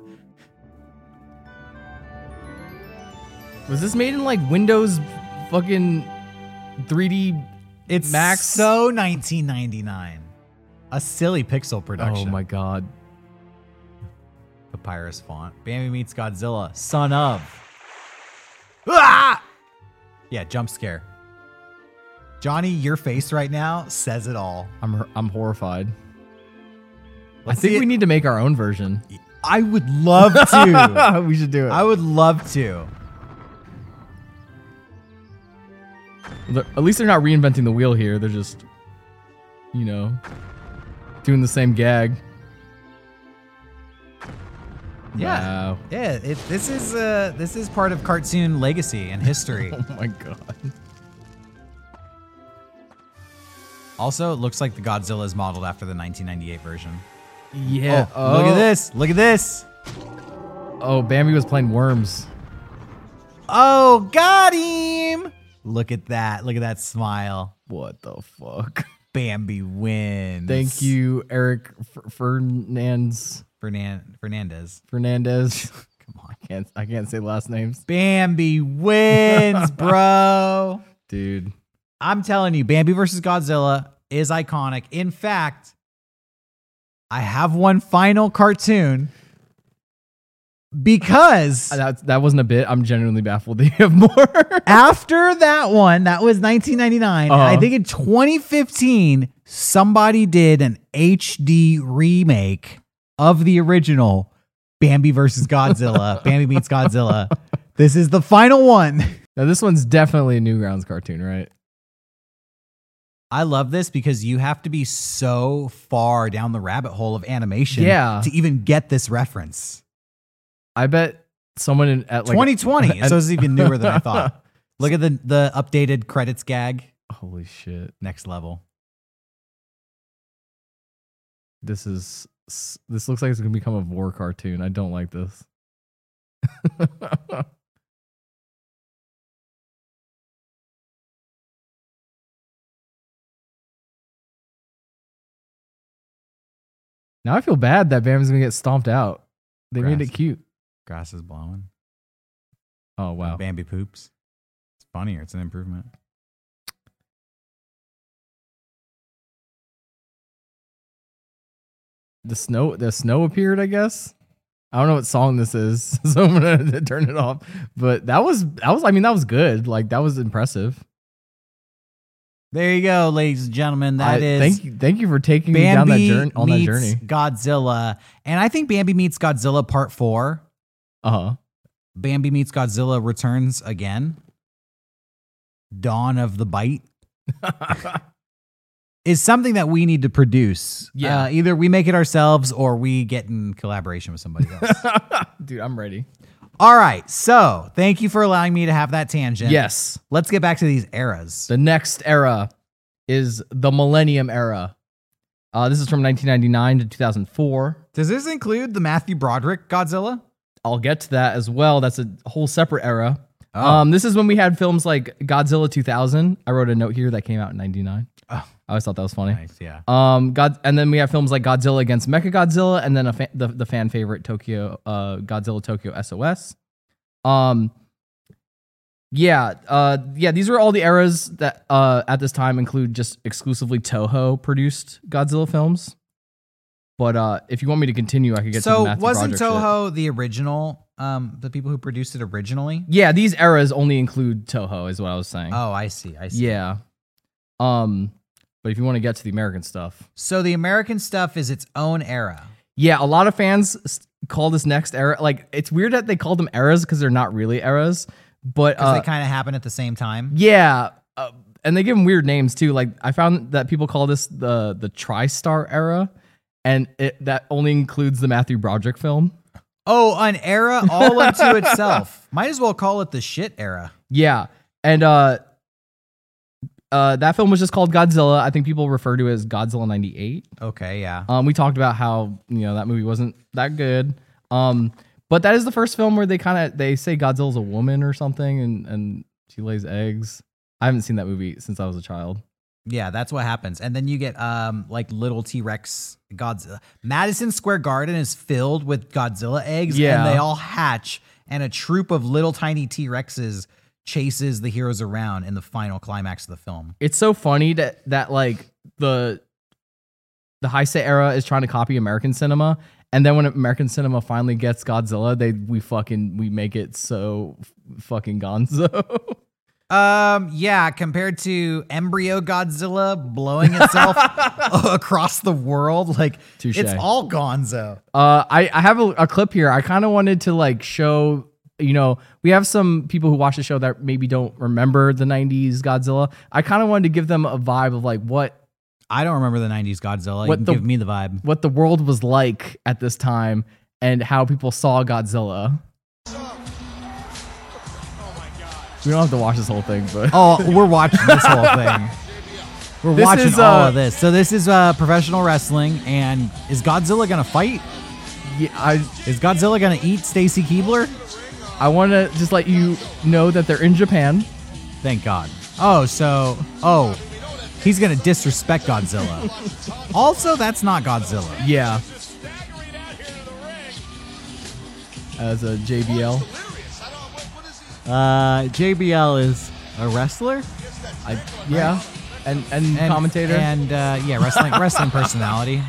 D: Was this made in like Windows fucking 3D?
C: It's
D: Max-
C: so 1999. A silly pixel
D: Oh
C: production.
D: my god.
C: Papyrus font. Bambi meets Godzilla. Son of. Ah! Yeah, jump scare. Johnny, your face right now says it all.
D: I'm I'm horrified.
C: Let's
D: I think
C: see
D: we
C: it.
D: need to make our own version.
C: I would love to.
D: we should do it.
C: I would love to.
D: Look, At least they're not reinventing the wheel here. They're just, you know, doing the same gag.
C: Yeah.
D: Wow.
C: Yeah, it, this is uh, this is part of cartoon legacy and history.
D: Oh my god.
C: also, it looks like the Godzilla is modeled after the 1998 version.
D: Yeah.
C: Oh, Look at this! Look at this!
D: Oh, Bambi was playing worms.
C: Oh, got him! Look at that! Look at that smile.
D: What the fuck?
C: Bambi wins.
D: Thank you, Eric F- Fernandez.
C: Fernan- Fernandez.
D: Fernandez. Come on, I can't I can't say last names,
C: Bambi wins, bro.
D: dude.
C: I'm telling you, Bambi versus Godzilla is iconic. In fact, I have one final cartoon because
D: That Uh, that wasn't a bit. I'm genuinely baffled that you have more.
C: after that one, that was 1999.
D: Uh-huh.
C: I think in 2015, somebody did an HD remake of the original Bambi versus Godzilla. Bambi meets Godzilla. This is the final one.
D: now this one's definitely a Newgrounds cartoon, right?
C: I love this because you have to be so far down the rabbit hole of animation
D: Yeah.
C: to even get this reference.
D: I bet someone in, at like
C: 2020.
D: and-
C: so it's even newer than I thought. Look at the the updated credits gag.
D: Holy shit!
C: Next level.
D: This is s- this looks like it's gonna become a war cartoon. I don't like this. now I feel bad that Bam's gonna get stomped out. They made
C: Grass.
D: it cute.
C: Grass is blowing.
D: Oh wow!
C: Bambi poops. It's funnier. It's an improvement.
D: The snow the snow appeared. I guess. I don't know what song this is, so I'm gonna turn it off. But that was that was I mean that was good. Like that was impressive.
C: There you go, ladies and gentlemen. That
D: I-
C: is
D: thank you thank you for taking me down that
C: Bambi
D: journey on that
C: meets
D: journey.
C: Godzilla, and I think Bambi meets Godzilla Part Four.
D: Uh huh.
C: Bambi meets Godzilla returns again. Dawn of the Bite is something that we need to produce.
D: Yeah.
C: Uh, either we make it ourselves or we get in collaboration with somebody else.
D: Ah, Dude, I'm ready.
C: All right. So thank you for allowing me to have that tangent.
D: Yes.
C: Let's get back to these eras.
D: The next era is the millennium era. Uh, this is from 1999 to 2004.
C: Does this include the Matthew Broderick Godzilla?
D: I'll get to that as well. That's a whole separate era.
C: Oh.
D: Um, this is when we had films like Godzilla 2000. I wrote a note here that came out in 99.
C: Oh.
D: I always thought that was funny.
C: Nice, yeah.
D: Um, God, and then we have films like Godzilla against Mechagodzilla, and then a fa- the, the fan favorite Tokyo, uh, Godzilla Tokyo SOS. Um, yeah, uh, yeah, these are all the eras that uh, at this time include just exclusively Toho produced Godzilla films. But uh, if you want me to continue, I could get to the
C: So
D: Matthew
C: wasn't
D: Broderick shit.
C: Toho the original? Um, the people who produced it originally.
D: Yeah, these eras only include Toho, is what I was saying.
C: Oh, I see. I see.
D: yeah. Um, but if you want to get to the American stuff,
C: So the American stuff is its own era.
D: Yeah, a lot of fans s- call this next era like it's weird that they call them eras because they're not really eras, but
C: 'Cause
D: uh,
C: they kind of happen at the same time.
D: yeah, uh, and they give them weird names too. Like I found that people call this the the TriStar era, and it that only includes the Matthew Broderick film.
C: Oh, an era all unto itself. Might as well call it the shit era.
D: Yeah, and uh, uh, that film was just called Godzilla. I think people refer to it as Godzilla 98.
C: Okay, yeah.
D: Um, we talked about how you know that movie wasn't that good. Um, but that is the first film where they kind of they say Godzilla's a woman or something, and and she lays eggs. I haven't seen that movie since I was a child.
C: Yeah, that's what happens. And then you get um like little T Rex Godzilla. Madison Square Garden is filled with Godzilla eggs,
D: Yeah.
C: and they all hatch, and a troop of little tiny T Rexes chases the heroes around in the final climax of the film.
D: It's so funny that that like the the Heisei era is trying to copy American cinema, and then when American cinema finally gets Godzilla, they we fucking we make it so f- fucking Gonzo.
C: Um, yeah, compared to embryo Godzilla blowing itself across the world, like
D: Touche.
C: it's all Gonzo.
D: Uh, I, I have a, a clip here. I kind of wanted to like show, you know, we have some people who watch the show that maybe don't remember the 90s Godzilla. I kind of wanted to give them a vibe of like what
C: I don't remember the '90s Godzilla.
D: What
C: you can
D: the-
C: give me the vibe.
D: what the world was like at this time and how people saw Godzilla. We don't have to watch this whole thing, but
C: Oh, we're watching this whole thing. We're
D: This
C: watching
D: is,
C: all
D: uh,
C: of this. So this is uh, professional wrestling, and is Godzilla gonna fight?
D: yeah, I
C: Is Godzilla gonna eat Stacy Keebler?
D: I want to just let you know that they're in Japan.
C: Thank God. Oh, so oh, he's gonna disrespect Godzilla. also, that's not Godzilla.
D: Yeah,
E: staggering out here to the ring.
D: as a JBL.
E: Delirious. I don't. What, what is he?
C: Uh, JBL is a wrestler
D: I, yeah, and and, commentator.
C: and uh, yeah, wrestling wrestling personality.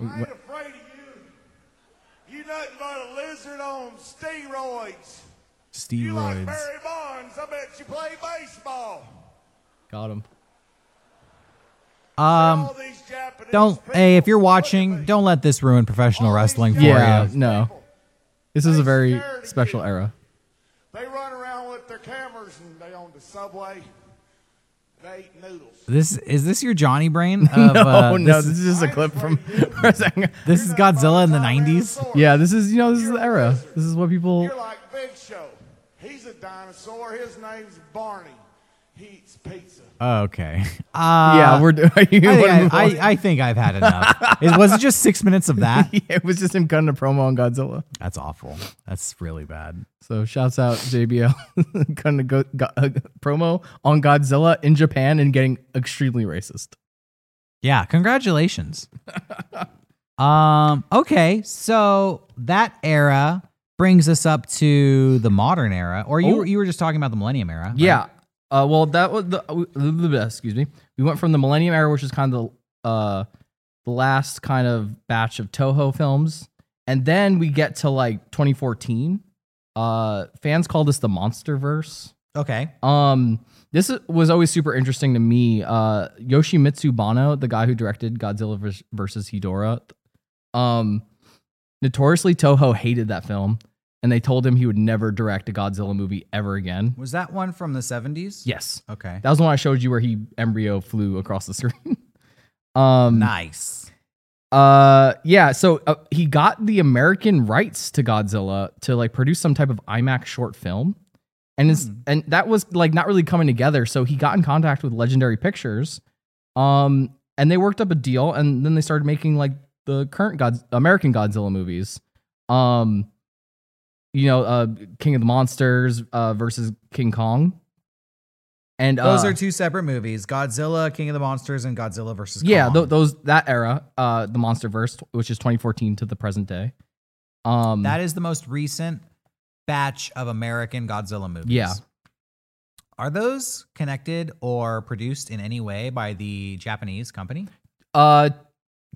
E: I ain't afraid of you. You nothing but a lizard on steroids. You like
C: Steroids.
E: Barry Bonds. I bet you play baseball.
D: Got him.
E: Um. These Japanese
C: Don't
E: people,
C: hey, if you're
E: look at
C: watching,
E: me.
C: don't let this ruin professional wrestling for
D: Yeah,
C: you.
D: no. This is a very special era.
E: They run around with their cameras and they on the subway. They eat noodles.
C: This is this your Johnny Brain? Of, uh,
D: Oh
C: this
D: no,
C: is-
D: this is just a clip from.
C: This is Godzilla in the 90s.
D: yeah, this is you know this is the era. This is what people.
E: You're like Big Show. He's a dinosaur. His name's Barney. He eats pizza.
C: Oh, Okay. Uh, I,
D: yeah, we're doing.
C: think I, I, I think I've had enough. It, was it just six minutes of that?
D: it was just him cutting a promo on Godzilla.
C: That's awful. That's really bad.
D: So shouts out JBL cutting a go, go, uh, promo on Godzilla in Japan and getting extremely racist.
C: Yeah. Congratulations. um. Okay. So that era brings us up to the modern era, or you
D: Oh.
C: were you were just talking about the millennium era. right?
D: Yeah. Uh, well, that was the uh, uh, excuse me. We went from the Millennium Era, which is kind of the uh, the last kind of batch of Toho films, and then we get to like 2014. Uh, fans call this the Monster Verse.
C: Okay.
D: Um, this is- was always super interesting to me. Uh, Yoshimitsu Bano, the guy who directed Godzilla vers- versus Hedorah, um, notoriously Toho hated that film, and they told him he would never direct a Godzilla movie ever again.
C: Was that one from the 70s?
D: Yes.
C: Okay.
D: That was the one I showed you where he embryo flew across the screen. um,
C: Nice.
D: uh, yeah. So uh, he got the American rights to Godzilla to like produce some type of IMAX short film, and
C: Hmm.
D: it's, and that was like not really coming together. So he got in contact with Legendary Pictures, um, and they worked up a deal, and then they started making like the current God's American Godzilla movies, um, you know, uh, King of the Monsters uh, versus King Kong, and
C: Those
D: uh,
C: are two separate movies: Godzilla, King of the Monsters, and Godzilla versus.
D: yeah
C: Kong.
D: th- those that era uh the monsterverse which is 2014 to the present day um
C: That is the most recent batch of American Godzilla movies.
D: Yeah.
C: Are those connected or produced in any way by the Japanese company?
D: uh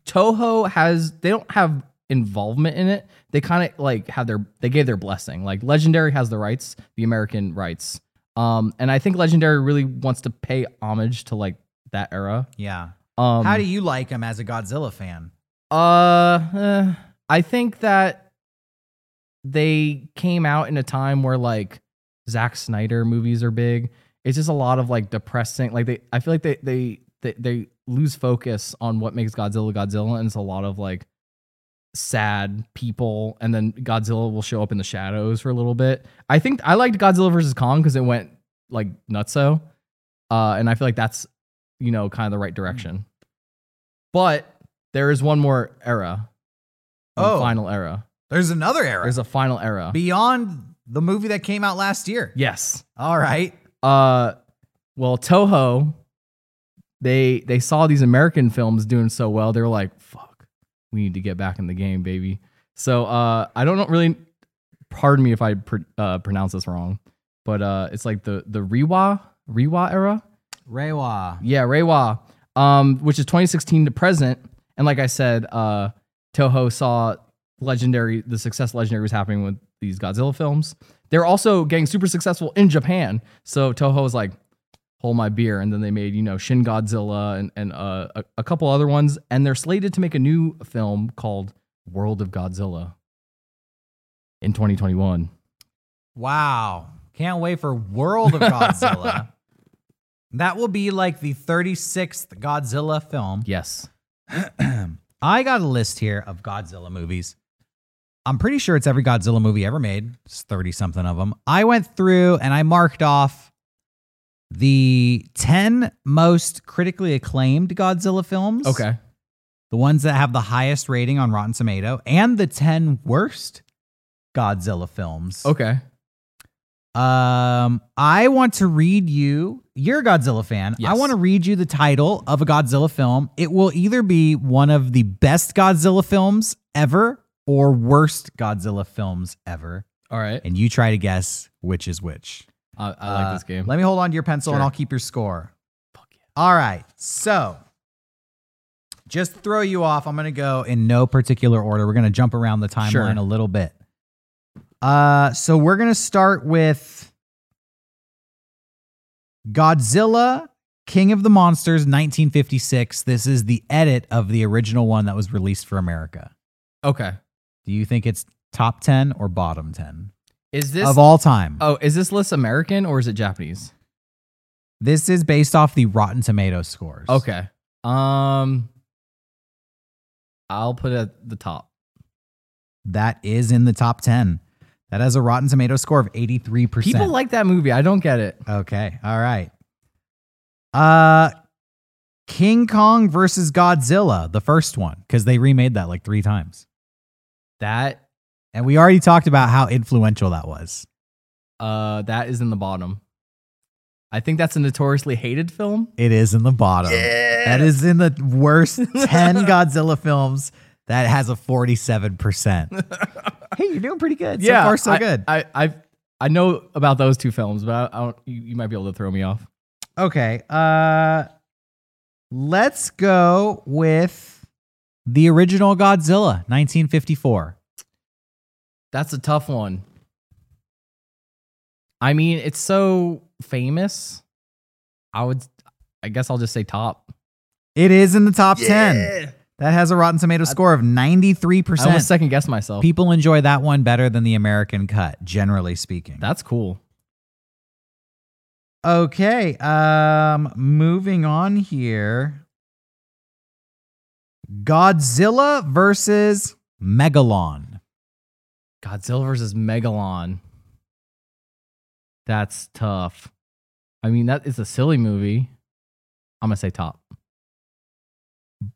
D: toho has they don't have involvement in it they kind of like have their they gave their blessing like legendary has the rights the american rights um and i think legendary really wants to pay homage to like that era
C: Yeah.
D: um
C: How do you like them as a Godzilla fan?
D: Uh, eh, I think that they came out in a time where like Zack Snyder movies are big. It's just a lot of like depressing. Like they, I feel like they they they, they lose focus on what makes Godzilla Godzilla, and it's a lot of like sad people and then Godzilla will show up in the shadows for a little bit. I think I liked Godzilla versus Kong cuz it went like nutso. Uh and I feel like that's you know kind of the right direction. But there is one more era. One
C: Oh.
D: final era.
C: There's another era
D: There's a final era.
C: beyond the movie that came out last year.
D: yes.
C: All right.
D: Uh well, Toho they they saw these American films doing so well. They were like, "Fuck. We need to get back in the game, baby." So, uh I don't know really pardon me if I pr- uh, pronounce this wrong, but uh it's like the the Rewa Rewa era.
C: Reiwa.
D: Yeah, Reiwa, um, which is 2016 to present. And like I said, uh, Toho saw legendary the success legendary was happening with these Godzilla films. They're also getting super successful in Japan. So Toho was like, hold my beer. And then they made, you know, Shin Godzilla and, and uh, a, a couple other ones. And they're slated to make a new film called World of Godzilla in 2021.
C: Wow. Can't wait for World of Godzilla. that will be like the 36th Godzilla film.
D: Yes.
C: I got a list here of Godzilla movies. I'm pretty sure it's every Godzilla movie ever made. It's 30 something of them. I went through and I marked off the 10 most critically acclaimed Godzilla films.
D: Okay.
C: The ones that have the highest rating on Rotten Tomato and the 10 worst Godzilla films.
D: Okay.
C: Um, I want to read you. You're a Godzilla fan. I
D: Yes.
C: want to read you the title of a Godzilla film. It will either be one of the best Godzilla films ever or worst Godzilla films ever,
D: All right.
C: and you try to guess which is which.
D: I, I like
C: Uh,
D: this game.
C: Let me hold on to your pencil and
D: Sure.
C: I'll keep your score. All right. So, just to throw you off, I'm going to go in no particular order. We're going to jump around the timeline
D: Sure.
C: a little bit. Uh, so we're going to start with Godzilla King of the Monsters 1956. This is the edit of the original one that was released for America.
D: Okay.
C: Do you think it's top 10 or bottom 10
D: Is this
C: of all time?
D: Oh, is this list American or is it Japanese?
C: This is based off the Rotten Tomato scores.
D: Okay. Um I'll put it at the top.
C: That is in the top 10. That has a Rotten Tomato score of 83%.
D: People like that movie. I don't get it.
C: Okay. All right. Uh King Kong versus Godzilla, the first one, cuz they remade that like 3 times.
D: That
C: And we already talked about how influential that was.
D: uh that is in the bottom. I think that's a notoriously hated film.
C: It is in the bottom. That is in the worst 10 Godzilla films. That has a 47%. hey, you're doing pretty good. so far so
D: I-
C: good.
D: I I I know about those two films, but I, I don't you, you might be able to throw me off.
C: Okay. Uh let's go with the original Godzilla, 1954.
D: That's a tough one. I mean, it's so famous. I would I guess I'll just say top.
C: It is in the top 10. That has a Rotten Tomato score of
D: I almost
C: 93%.
D: second guess myself.
C: People enjoy that one better than the American cut, generally speaking.
D: That's cool.
C: Okay. Um moving on here. Godzilla versus Megalon.
D: Godzilla versus Megalon. That's tough. I mean, that is a silly movie. I'm gonna say top.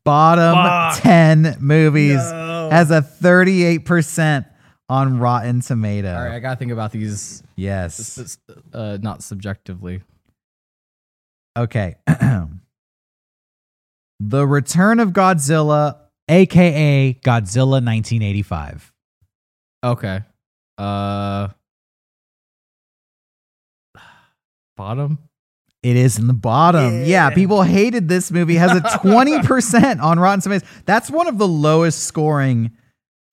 C: Bottom 10 movies. has a 38% on Rotten Tomato.
D: All right, I gotta think about these.
C: Yes.
D: s- s- Uh, not subjectively.
C: Okay. the Return of Godzilla, aka Godzilla 1985.
D: Okay. Uh, bottom.
C: It is in the bottom. Yeah, people hated this movie. Has a 20% on Rotten Tomatoes. That's one of the lowest scoring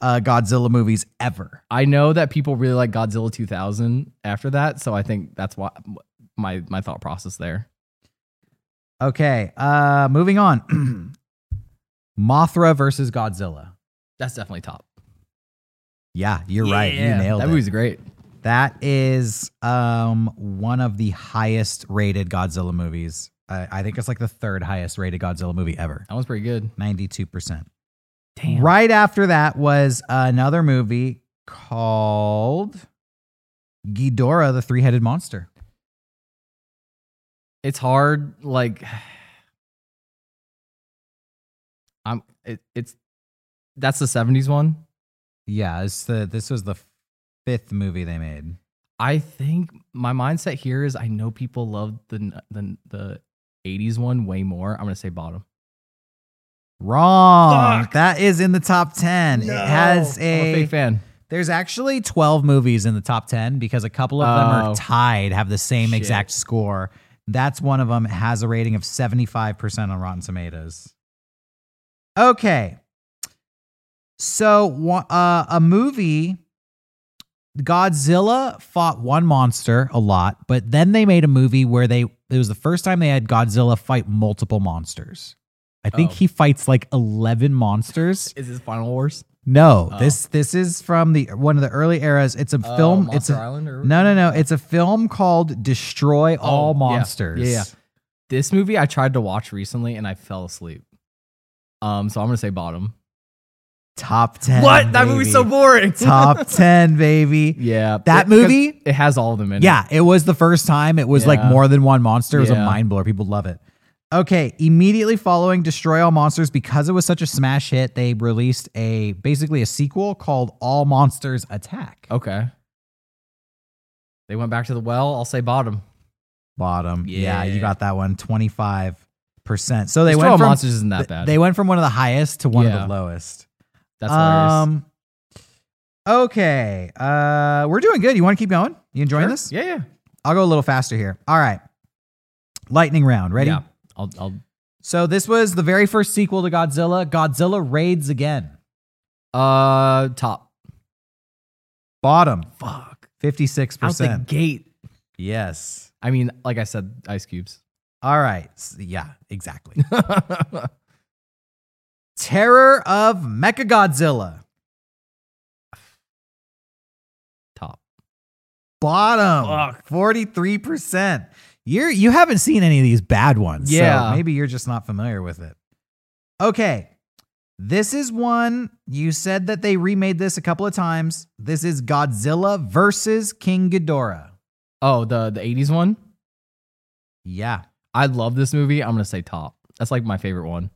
C: uh, Godzilla movies ever.
D: I know that people really like Godzilla 2000 after that, so I think that's why my my thought process there.
C: Okay, uh, moving on. Mothra versus Godzilla.
D: That's definitely top.
C: Yeah, you're right. You
D: Yeah,
C: nailed
D: that
C: it.
D: movie's great.
C: That is um, one of the highest rated Godzilla movies. I, I think it's like the third highest rated Godzilla movie ever.
D: That one's pretty good.
C: 92%.
D: Damn.
C: Right after that was another movie called Ghidorah, the Three Headed Monster.
D: It's hard. Like, I'm. It, it's that's the '70s one.
C: Yeah, it's the, this was the fifth movie they made.
D: I think my mindset here is I know people love the n- the n- the '80s one way more. I'm gonna say bottom.
C: Wrong. That is in the top 10. It has
D: Oh, I'm a
C: a,
D: fake fan.
C: There's actually 12 movies in the top 10 because a couple of them
D: Oh.
C: are tied, have the same
D: Shit.
C: exact score. That's one of them. It has a rating of 75% on Rotten Tomatoes. Okay. So, wa- uh, a movie, Godzilla fought one monster a lot, but then they made a movie where they, it was the first time they had Godzilla fight multiple monsters. I think
D: Oh.
C: he fights like 11 monsters.
D: Is this Final Wars?
C: No,
D: Oh.
C: this this is from the one of the early eras. It's a
D: Uh,
C: film.
D: Monster
C: it's a,
D: Island. Or
C: no, no, no. It's a film called "Destroy All
D: Oh, yeah.
C: Monsters."
D: Yeah, yeah. This movie I tried to watch recently and I fell asleep. Um, so I'm gonna say bottom.
C: Top ten.
D: That
C: baby.
D: movie's so boring.
C: Top ten, baby.
D: yeah,
C: That
D: it- 'cause
C: movie?
D: It has all of them in it.
C: Yeah, it was the first time. It was like
D: Yeah.
C: more than one monster. It was a
D: Yeah.
C: mind blower. People love it. Okay, immediately following "Destroy All Monsters," because it was such a smash hit, they released a basically a sequel called "All Monsters Attack."
D: Okay. They went back to the well. I'll say bottom.
C: Bottom. Yeah. you
D: Yeah.
C: got that one. Twenty five percent. So they
D: Destroy
C: went
D: All
C: from
D: monsters isn't that
C: Th-
D: bad.
C: They went from one of the highest to one
D: Yeah.
C: of the lowest. Um,
D: That's hilarious.
C: Okay. Uh, we're doing good. You want to keep going? You enjoying
D: Sure.
C: this?
D: Yeah, yeah.
C: I'll go a little faster here. All right. Lightning round. Ready?
D: Yeah. I'll, I'll
C: So this was the very first sequel to Godzilla. Godzilla raids again.
D: Uh, top.
C: Bottom.
D: Fuck.
C: Fifty-six
D: Out the
C: percent.
D: gate.
C: Yes.
D: I mean, like I said, ice cubes.
C: All right. S- Yeah. Exactly.
D: I
C: Terror of Mechagodzilla.
D: Top.
C: Bottom. Forty-three percent. You're you haven't seen any of these bad ones.
D: Yeah.
C: So maybe you're just not familiar with it. Okay. This is one you said that they remade this a couple of times. This is Godzilla versus King Ghidorah.
D: Oh, the the eighties one.
C: Yeah.
D: I love this movie. I'm gonna say top. That's like my favorite one.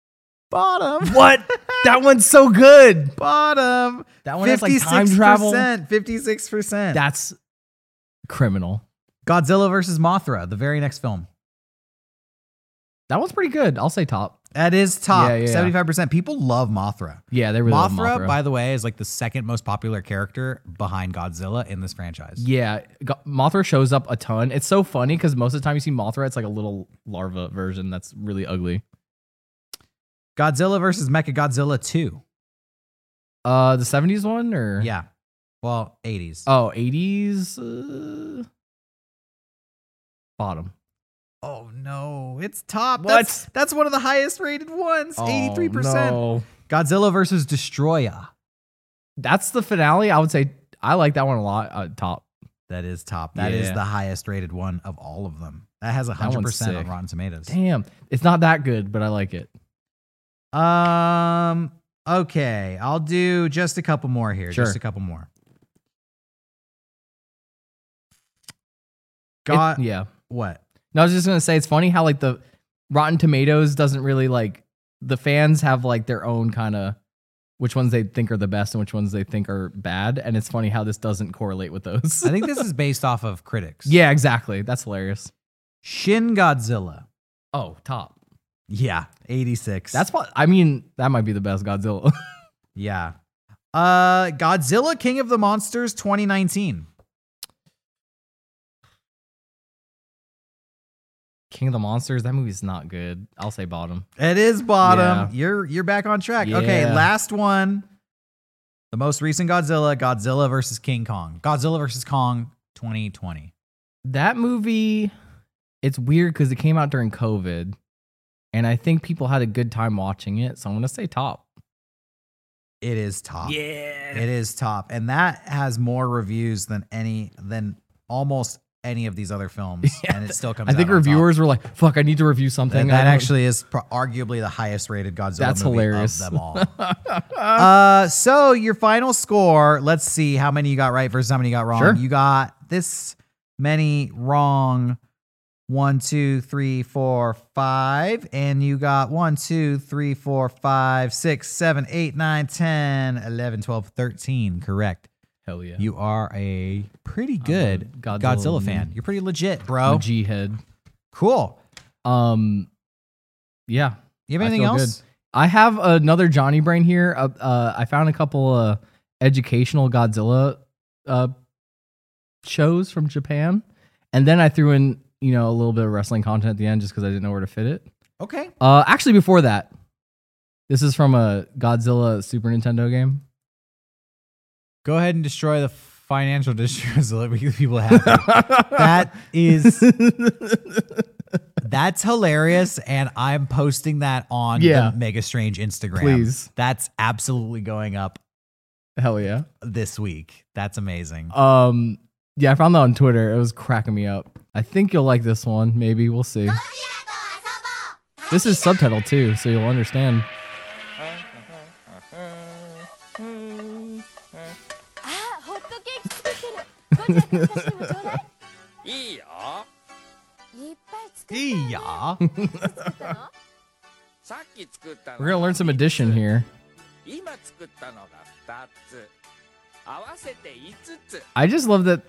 C: Bottom.
D: What? that one's so good.
C: Bottom.
D: That one has Oh, like time travel.
C: 56%.
D: That's criminal.
C: Godzilla versus Mothra, the very next film.
D: That one's pretty good. I'll say top.
C: That is top.
D: Yeah, yeah, yeah.
C: 75%. People love Mothra.
D: Yeah, they really love
C: Mothra,
D: Mothra.
C: by the way, is like the second most popular character behind Godzilla in this franchise.
D: yeah, Go- Mothra shows up a ton. It's so funny because most of the time you see Mothra, it's like a little larva version that's really ugly.
C: Godzilla versus Mechagodzilla 2.
D: Uh, the '70s one or
C: Yeah. Well, 80s.
D: Oh, 80s. Uh, bottom.
C: oh no, it's top.
D: What?
C: That's, that's one of the highest rated ones. 83%.
D: Oh, no.
C: Godzilla versus Destroya.
D: That's the finale. I would say I like that one a lot. Uh, top.
C: That is top. That is
D: Yeah.
C: the highest rated one of all of them. That has
D: one's
C: 100% on
D: sick.
C: Rotten Tomatoes.
D: Damn. It's not that good, but I like it.
C: Um. Okay, I'll do just a couple more here.
D: Sure.
C: Just a couple more. Got
D: It- yeah.
C: what?
D: No, I was just going to say it's funny how, like, the Rotten Tomatoes doesn't really like the fans have, like, their own kind of which ones they think are the best and which ones they think are bad. And it's funny how this doesn't correlate with those.
C: I think this is based off of critics.
D: yeah, exactly. That's hilarious.
C: Shin Godzilla.
D: Oh, top.
C: Yeah, eighty six.
D: That's what I mean. That might be the best Godzilla.
C: yeah. Uh, Godzilla King of the Monsters twenty nineteen.
D: King of the Monsters. That movie's not good. I'll say bottom.
C: It is bottom.
D: Yeah.
C: You're you're back on track. Okay,
D: Yeah.
C: last one. The most recent Godzilla, Godzilla versus King Kong. Godzilla versus Kong twenty twenty.
D: That movie, it's weird because it came out during COVID, and I think people had a good time watching it. So I'm gonna say top.
C: It is top.
D: Yeah.
C: It is top, and that has more reviews than any than almost any of these other films, and it still comes.
D: I think
C: out on top.
D: reviewers were like, "Fuck, I need to review something."
C: And that
D: I don't-
C: actually is pro- arguably the highest rated Godzilla
D: That's
C: movie
D: hilarious.
C: of them all. uh, so your final score, let's see how many you got right versus how many you got wrong.
D: Sure.
C: You got this many wrong. One, two, three, four, five. And you got one, two, three, four, five, six, seven, eight, nine, 10, 11, 12, 13. Correct.
D: hell yeah,
C: You are a pretty good
D: Godzilla
C: Godzilla, fan.
D: man.
C: You're pretty legit,
D: I'm a
C: bro.
D: G head.
C: Cool.
D: Um, yeah.
C: You
D: I
C: have anything
D: feel
C: else?
D: good. I have another Johnny Brain here. Uh, uh, I found a couple uh, educational Godzilla uh, shows from Japan, and then I threw in you know a little bit of wrestling content at the end just because I didn't know where to fit it.
C: Okay.
D: Uh, actually, before that, this is from a Godzilla Super Nintendo game.
C: Go ahead and destroy the financial districts that make the people happy. that is that's hilarious, and I'm posting that on
D: Yeah.
C: the Mega Strange Instagram.
D: Please.
C: that's absolutely going up
D: Hell yeah.
C: this week. That's amazing.
D: Um, yeah, I found that on Twitter. It was cracking me up. I think you'll like this one. Maybe we'll see. This is subtitled too, so you'll understand.
C: Yeah.
D: We're gonna learn some addition here.
F: 今作ったのが2つ合わせて5つ
D: I just love that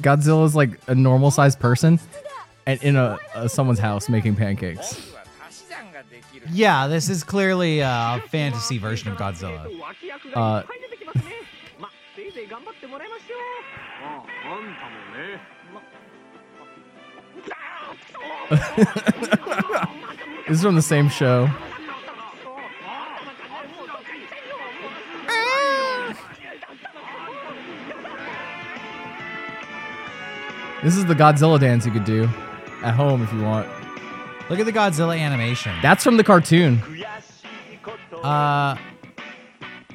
D: Godzilla's like a normal sized person and in a, a someone's house making pancakes.
F: 今は足し算ができる
C: Yeah, this is clearly a fantasy version of Godzilla.
D: Uh, this is from the same show. This is the Godzilla dance you could do at home if you want.
C: Look at the Godzilla animation.
D: That's from the cartoon.
C: Uh,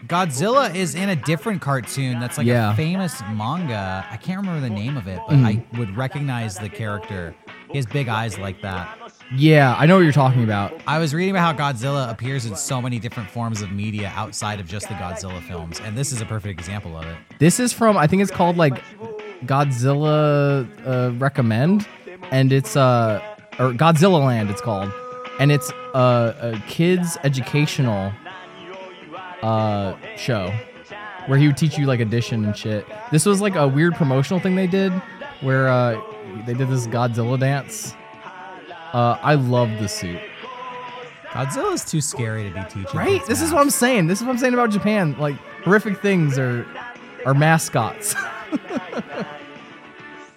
C: Godzilla is in a different cartoon that's like
D: Yeah. Mm.
C: a famous manga. I can't remember the name of it, but I would recognize the character. He has big eyes like that.
D: Yeah, I know what you're talking about.
C: I was reading about how Godzilla appears in so many different forms of media outside of just the Godzilla films, and this is a perfect example of it.
D: This is from I think it's called like Godzilla uh, recommend, and it's uh or Godzilla Land it's called, and it's uh, a kids educational uh show where he would teach you like addition and shit. This was like a weird promotional thing they did where uh they did this Godzilla dance. Uh, I love the suit.
C: Godzilla's too scary to be teaching.
D: Right?
C: kids
D: This is
C: math.
D: what I'm saying. This is what I'm saying about Japan. Like horrific things are are mascots.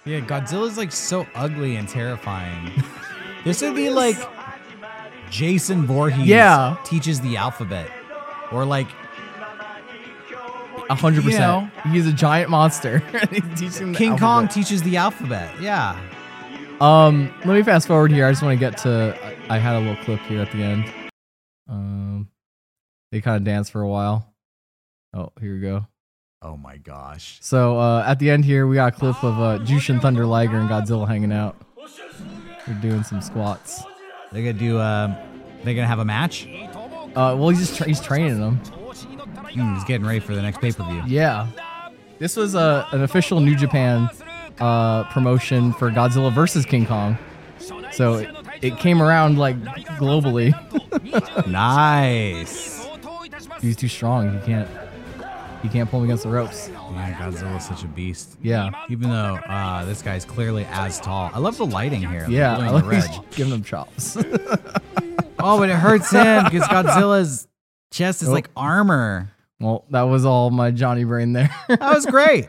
C: Yeah, Godzilla's like so ugly and terrifying. this would be like Jason Voorhees
D: Yeah.
C: teaches the alphabet. Or like
D: A hundred
C: You know?
D: percent. He's a giant monster. He's teaching the
C: King Kong
D: alphabet.
C: teaches the alphabet. Yeah.
D: um, let me fast forward here. I just want to get to. I, I had a little clip here at the end. Um, they kind of danced for a while. Oh, here we go.
C: Oh my gosh.
D: So uh, at the end here, we got a clip of uh, Jushin Thunder Liger and Godzilla hanging out. They're doing some squats.
C: They're gonna do um they're gonna have a match.
D: Uh, well, he's just tra- he's training them.
C: Hmm, he's getting ready for the next pay-per-view.
D: Yeah. This was a, an official New Japan uh, promotion for Godzilla versus King Kong. So it, it came around like globally.
C: Nice.
D: He's too strong. He can't. He can't pull him against the ropes.
C: Man, Godzilla's such a beast.
D: Yeah.
C: Even though uh, this guy's clearly as tall. I love the lighting here. the
D: Yeah.
C: blue
D: I
C: and the
D: like he's
C: red.
D: giving him chops.
C: Oh, but it hurts him because Godzilla's chest is
D: Oh.
C: like armor.
D: well, that was all my Johnny brain there.
C: That was great.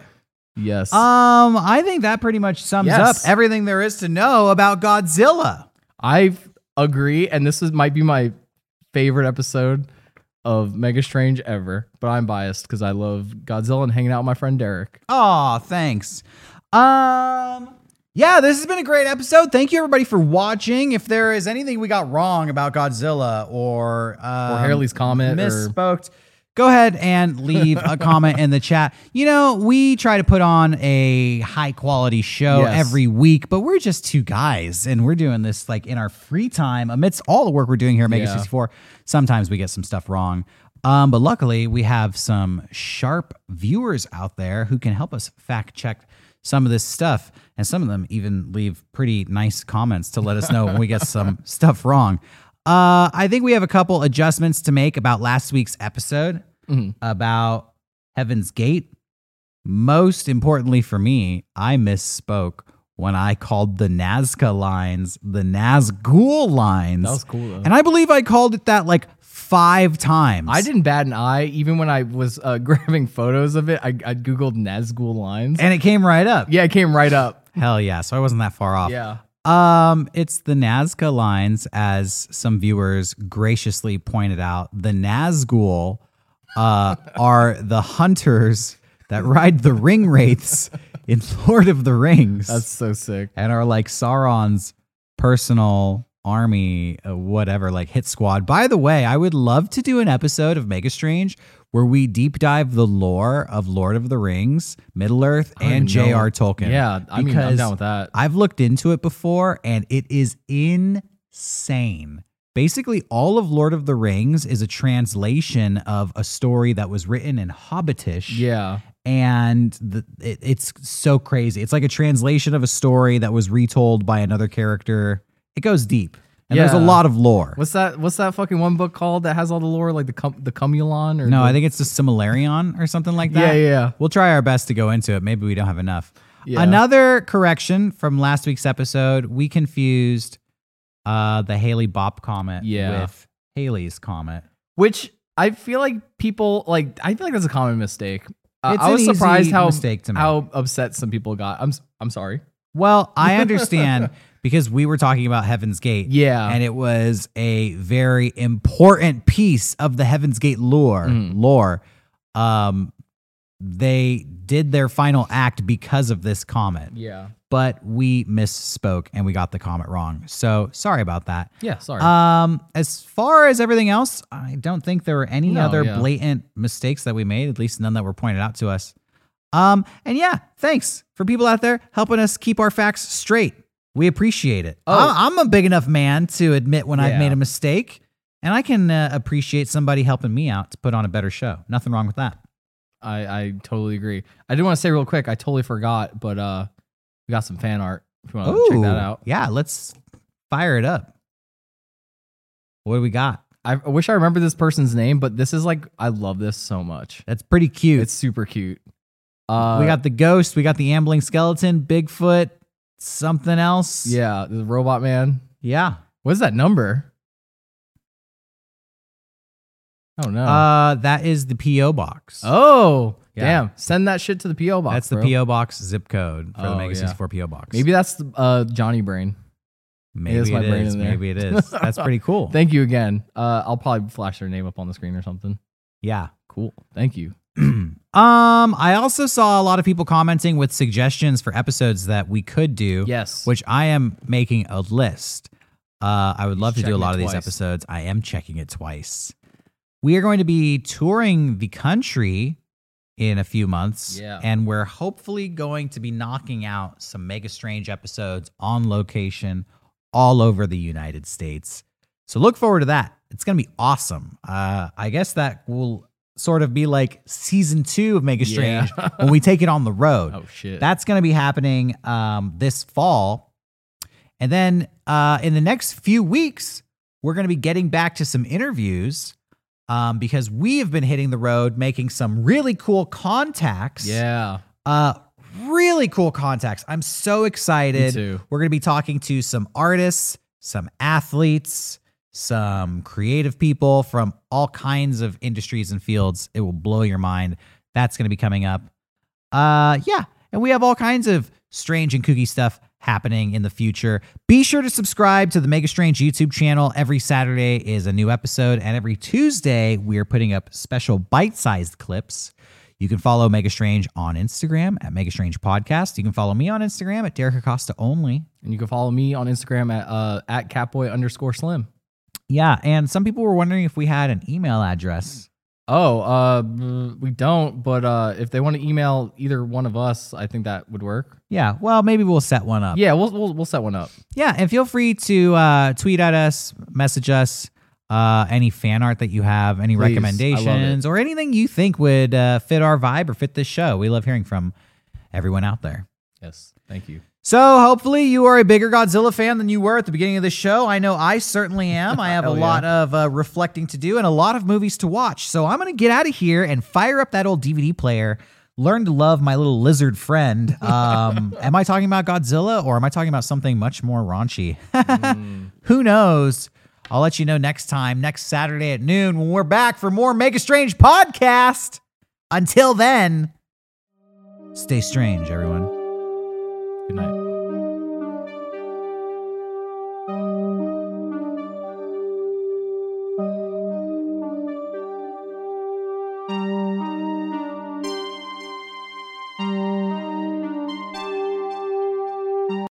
D: yes.
C: Um, I think that pretty much sums
D: Yes.
C: up everything there is to know about Godzilla.
D: I agree, and this is might be my favorite episode of Mega Strange ever. But I'm biased because I love Godzilla and hanging out with my friend Derek.
C: Aw, thanks. Um, yeah, this has been a great episode. Thank you everybody for watching. If there is anything we got wrong about Godzilla or um,
D: Harley's comment or-
C: misspoke, go ahead and leave a comment in the chat. You know, we try to put on a high quality show
D: Yes.
C: every week, but we're just two guys and we're doing this like in our free time amidst all the work we're doing here at Mega
D: Yeah.
C: 64. Sometimes we get some stuff wrong. Um, but luckily, we have some sharp viewers out there who can help us fact check some of this stuff. And some of them even leave pretty nice comments to let us know when we get some stuff wrong. Uh, I think we have a couple adjustments to make about last week's episode about Heaven's Gate. Most importantly for me, I misspoke when I called the Nazca lines the Nazgul lines.
D: That was cool, though.
C: And I believe I called it that like five times.
D: I didn't bat an eye, even when I was uh, grabbing photos of it. I, I googled Nazgul lines.
C: And it came right up.
D: yeah, it came right up.
C: Hell yeah. So I wasn't that far off.
D: Yeah.
C: Um, it's the Nazca lines, as some viewers graciously pointed out. The Nazgul uh, are the hunters that ride the ring wraiths in Lord of the Rings
D: That's so sick.
C: and are like Sauron's personal army, uh, whatever, like hit squad. By the way, I would love to do an episode of Mega Strange where we deep dive the lore of Lord of the Rings, Middle Earth,
D: don't
C: and
D: even know-
C: J.R. Tolkien.
D: Yeah, I mean, I'm
C: Because
D: down with that.
C: I've looked into it before and it is insane. Basically, all of Lord of the Rings is a translation of a story that was written in Hobbitish
D: Yeah.
C: and the, it, it's so crazy. It's like a translation of a story that was retold by another character. It goes deep, and there's a
D: Yeah.
C: lot of lore.
D: What's that? What's that fucking one book called that has all the lore, like the cum, the Cumulon or
C: no,
D: the-
C: I think it's the Similarion or something like
D: Yeah,
C: that.
D: yeah, yeah.
C: We'll try our best to go into it. Maybe we don't have enough.
D: Yeah.
C: Another correction from last week's episode: we confused uh, the Haley Bop comet
D: Yeah.
C: with Haley's comet.
D: which I feel like people like. I feel like that's a common mistake. Uh,
C: It's
D: I
C: an
D: was surprised
C: easy
D: how
C: mistake to make.
D: how upset some people got. I'm s- I'm sorry.
C: Well, I understand because we were talking about Heaven's Gate.
D: Yeah.
C: And it was a very important piece of the Heaven's Gate lore.
D: Mhm.
C: Lore. Um, they did their final act because of this comet,
D: Yeah.
C: but we misspoke and we got the comet wrong. So sorry about that.
D: Yeah. Sorry.
C: Um, as far as everything else, I don't think there were any
D: No,
C: other
D: yeah.
C: blatant mistakes that we made, at least none that were pointed out to us. Um, and yeah, thanks for people out there helping us keep our facts straight. We appreciate it.
D: Oh.
C: I- I'm a big enough man to admit when I've
D: Yeah.
C: made a mistake, and I can uh, appreciate somebody helping me out to put on a better show. Nothing wrong with that.
D: I I totally agree. I did want to say real quick. I totally forgot, but uh, we got some fan art. If you want to Oh, check
C: Ooh,
D: that out.
C: Yeah, let's fire it up. What do we got?
D: I, I wish I remember this person's name, but this is like I love this so much.
C: That's pretty cute.
D: It's super cute. Uh,
C: we got the ghost, we got the ambling skeleton, Bigfoot, something else.
D: yeah the robot man.
C: Yeah.
D: What is that number? I don't know.
C: Uh that is the PO box.
D: oh,
C: yeah.
D: damn. Send that shit to the P.O. box.
C: That's the
D: bro.
C: PO box zip code for the
D: Oh,
C: Mega
D: yeah.
C: 64 PO box.
D: Maybe that's the, uh, Johnny Brain.
C: maybe
D: that's my
C: it
D: brain
C: is.
D: in there.
C: Maybe it is. That's pretty cool.
D: Thank you again. Uh, I'll probably flash their name up on the screen or something.
C: yeah.
D: Cool. Thank you.
C: um, I also saw a lot of people commenting with suggestions for episodes that we could do.
D: Yes.
C: Which I am making a list. Uh, I would love to do a
D: Checking
C: lot
D: it
C: of these
D: twice.
C: episodes. I am checking it twice. We are going to be touring the country in a few months.
D: Yeah.
C: And we're hopefully going to be knocking out some Mega Strange episodes on location all over the United States. So look forward to that. It's going to be awesome. Uh, I guess that will sort of be like season two of Mega
D: Yeah.
C: Strange when we take it on the road.
D: Oh, shit.
C: That's going to be happening um, this fall. And then uh, in the next few weeks, we're going to be getting back to some interviews um, because we have been hitting the road making some really cool contacts.
D: yeah.
C: Uh, really cool contacts. I'm so excited.
D: Me too.
C: We're going to be talking to some artists, some athletes, some creative people from all kinds of industries and fields. It will blow your mind. That's going to be coming up. Uh, yeah. And we have all kinds of strange and kooky stuff happening in the future. Be sure to subscribe to the Mega Strange YouTube channel. Every Saturday is a new episode, and every Tuesday, we are putting up special bite sized clips. You can follow Mega Strange on Instagram at Mega Strange Podcast. You can follow me on Instagram at Derek Acosta only.
D: And you can follow me on Instagram at, uh, at catboy underscore slim.
C: Yeah, and some people were wondering if we had an email address.
D: Oh, uh, mm, we don't. But uh, if they want to email either one of us, I think that would work.
C: Yeah. Well, maybe we'll set one up.
D: Yeah, we'll we'll, we'll set one up.
C: Yeah, and feel free to uh, tweet at us, message us, uh, any fan art that you have, any
D: love
C: recommendations, or anything you think would uh, fit our vibe or fit this show. We love hearing from everyone out there.
D: Yes, thank you.
C: So hopefully you are a bigger Godzilla fan than you were at the beginning of this show. I know I certainly am. I have a
D: Hell yeah.
C: lot of uh, reflecting to do and a lot of movies to watch. So I'm gonna get out of here and fire up that old DVD player. Learn to love my little lizard friend. Um, am I talking about Godzilla or am I talking about something much more raunchy?
D: Hmm.
C: Who knows? I'll let you know next time, next Saturday at noon, when we're back for more Make a Strange podcast. Until then, stay strange, everyone.
D: Good night.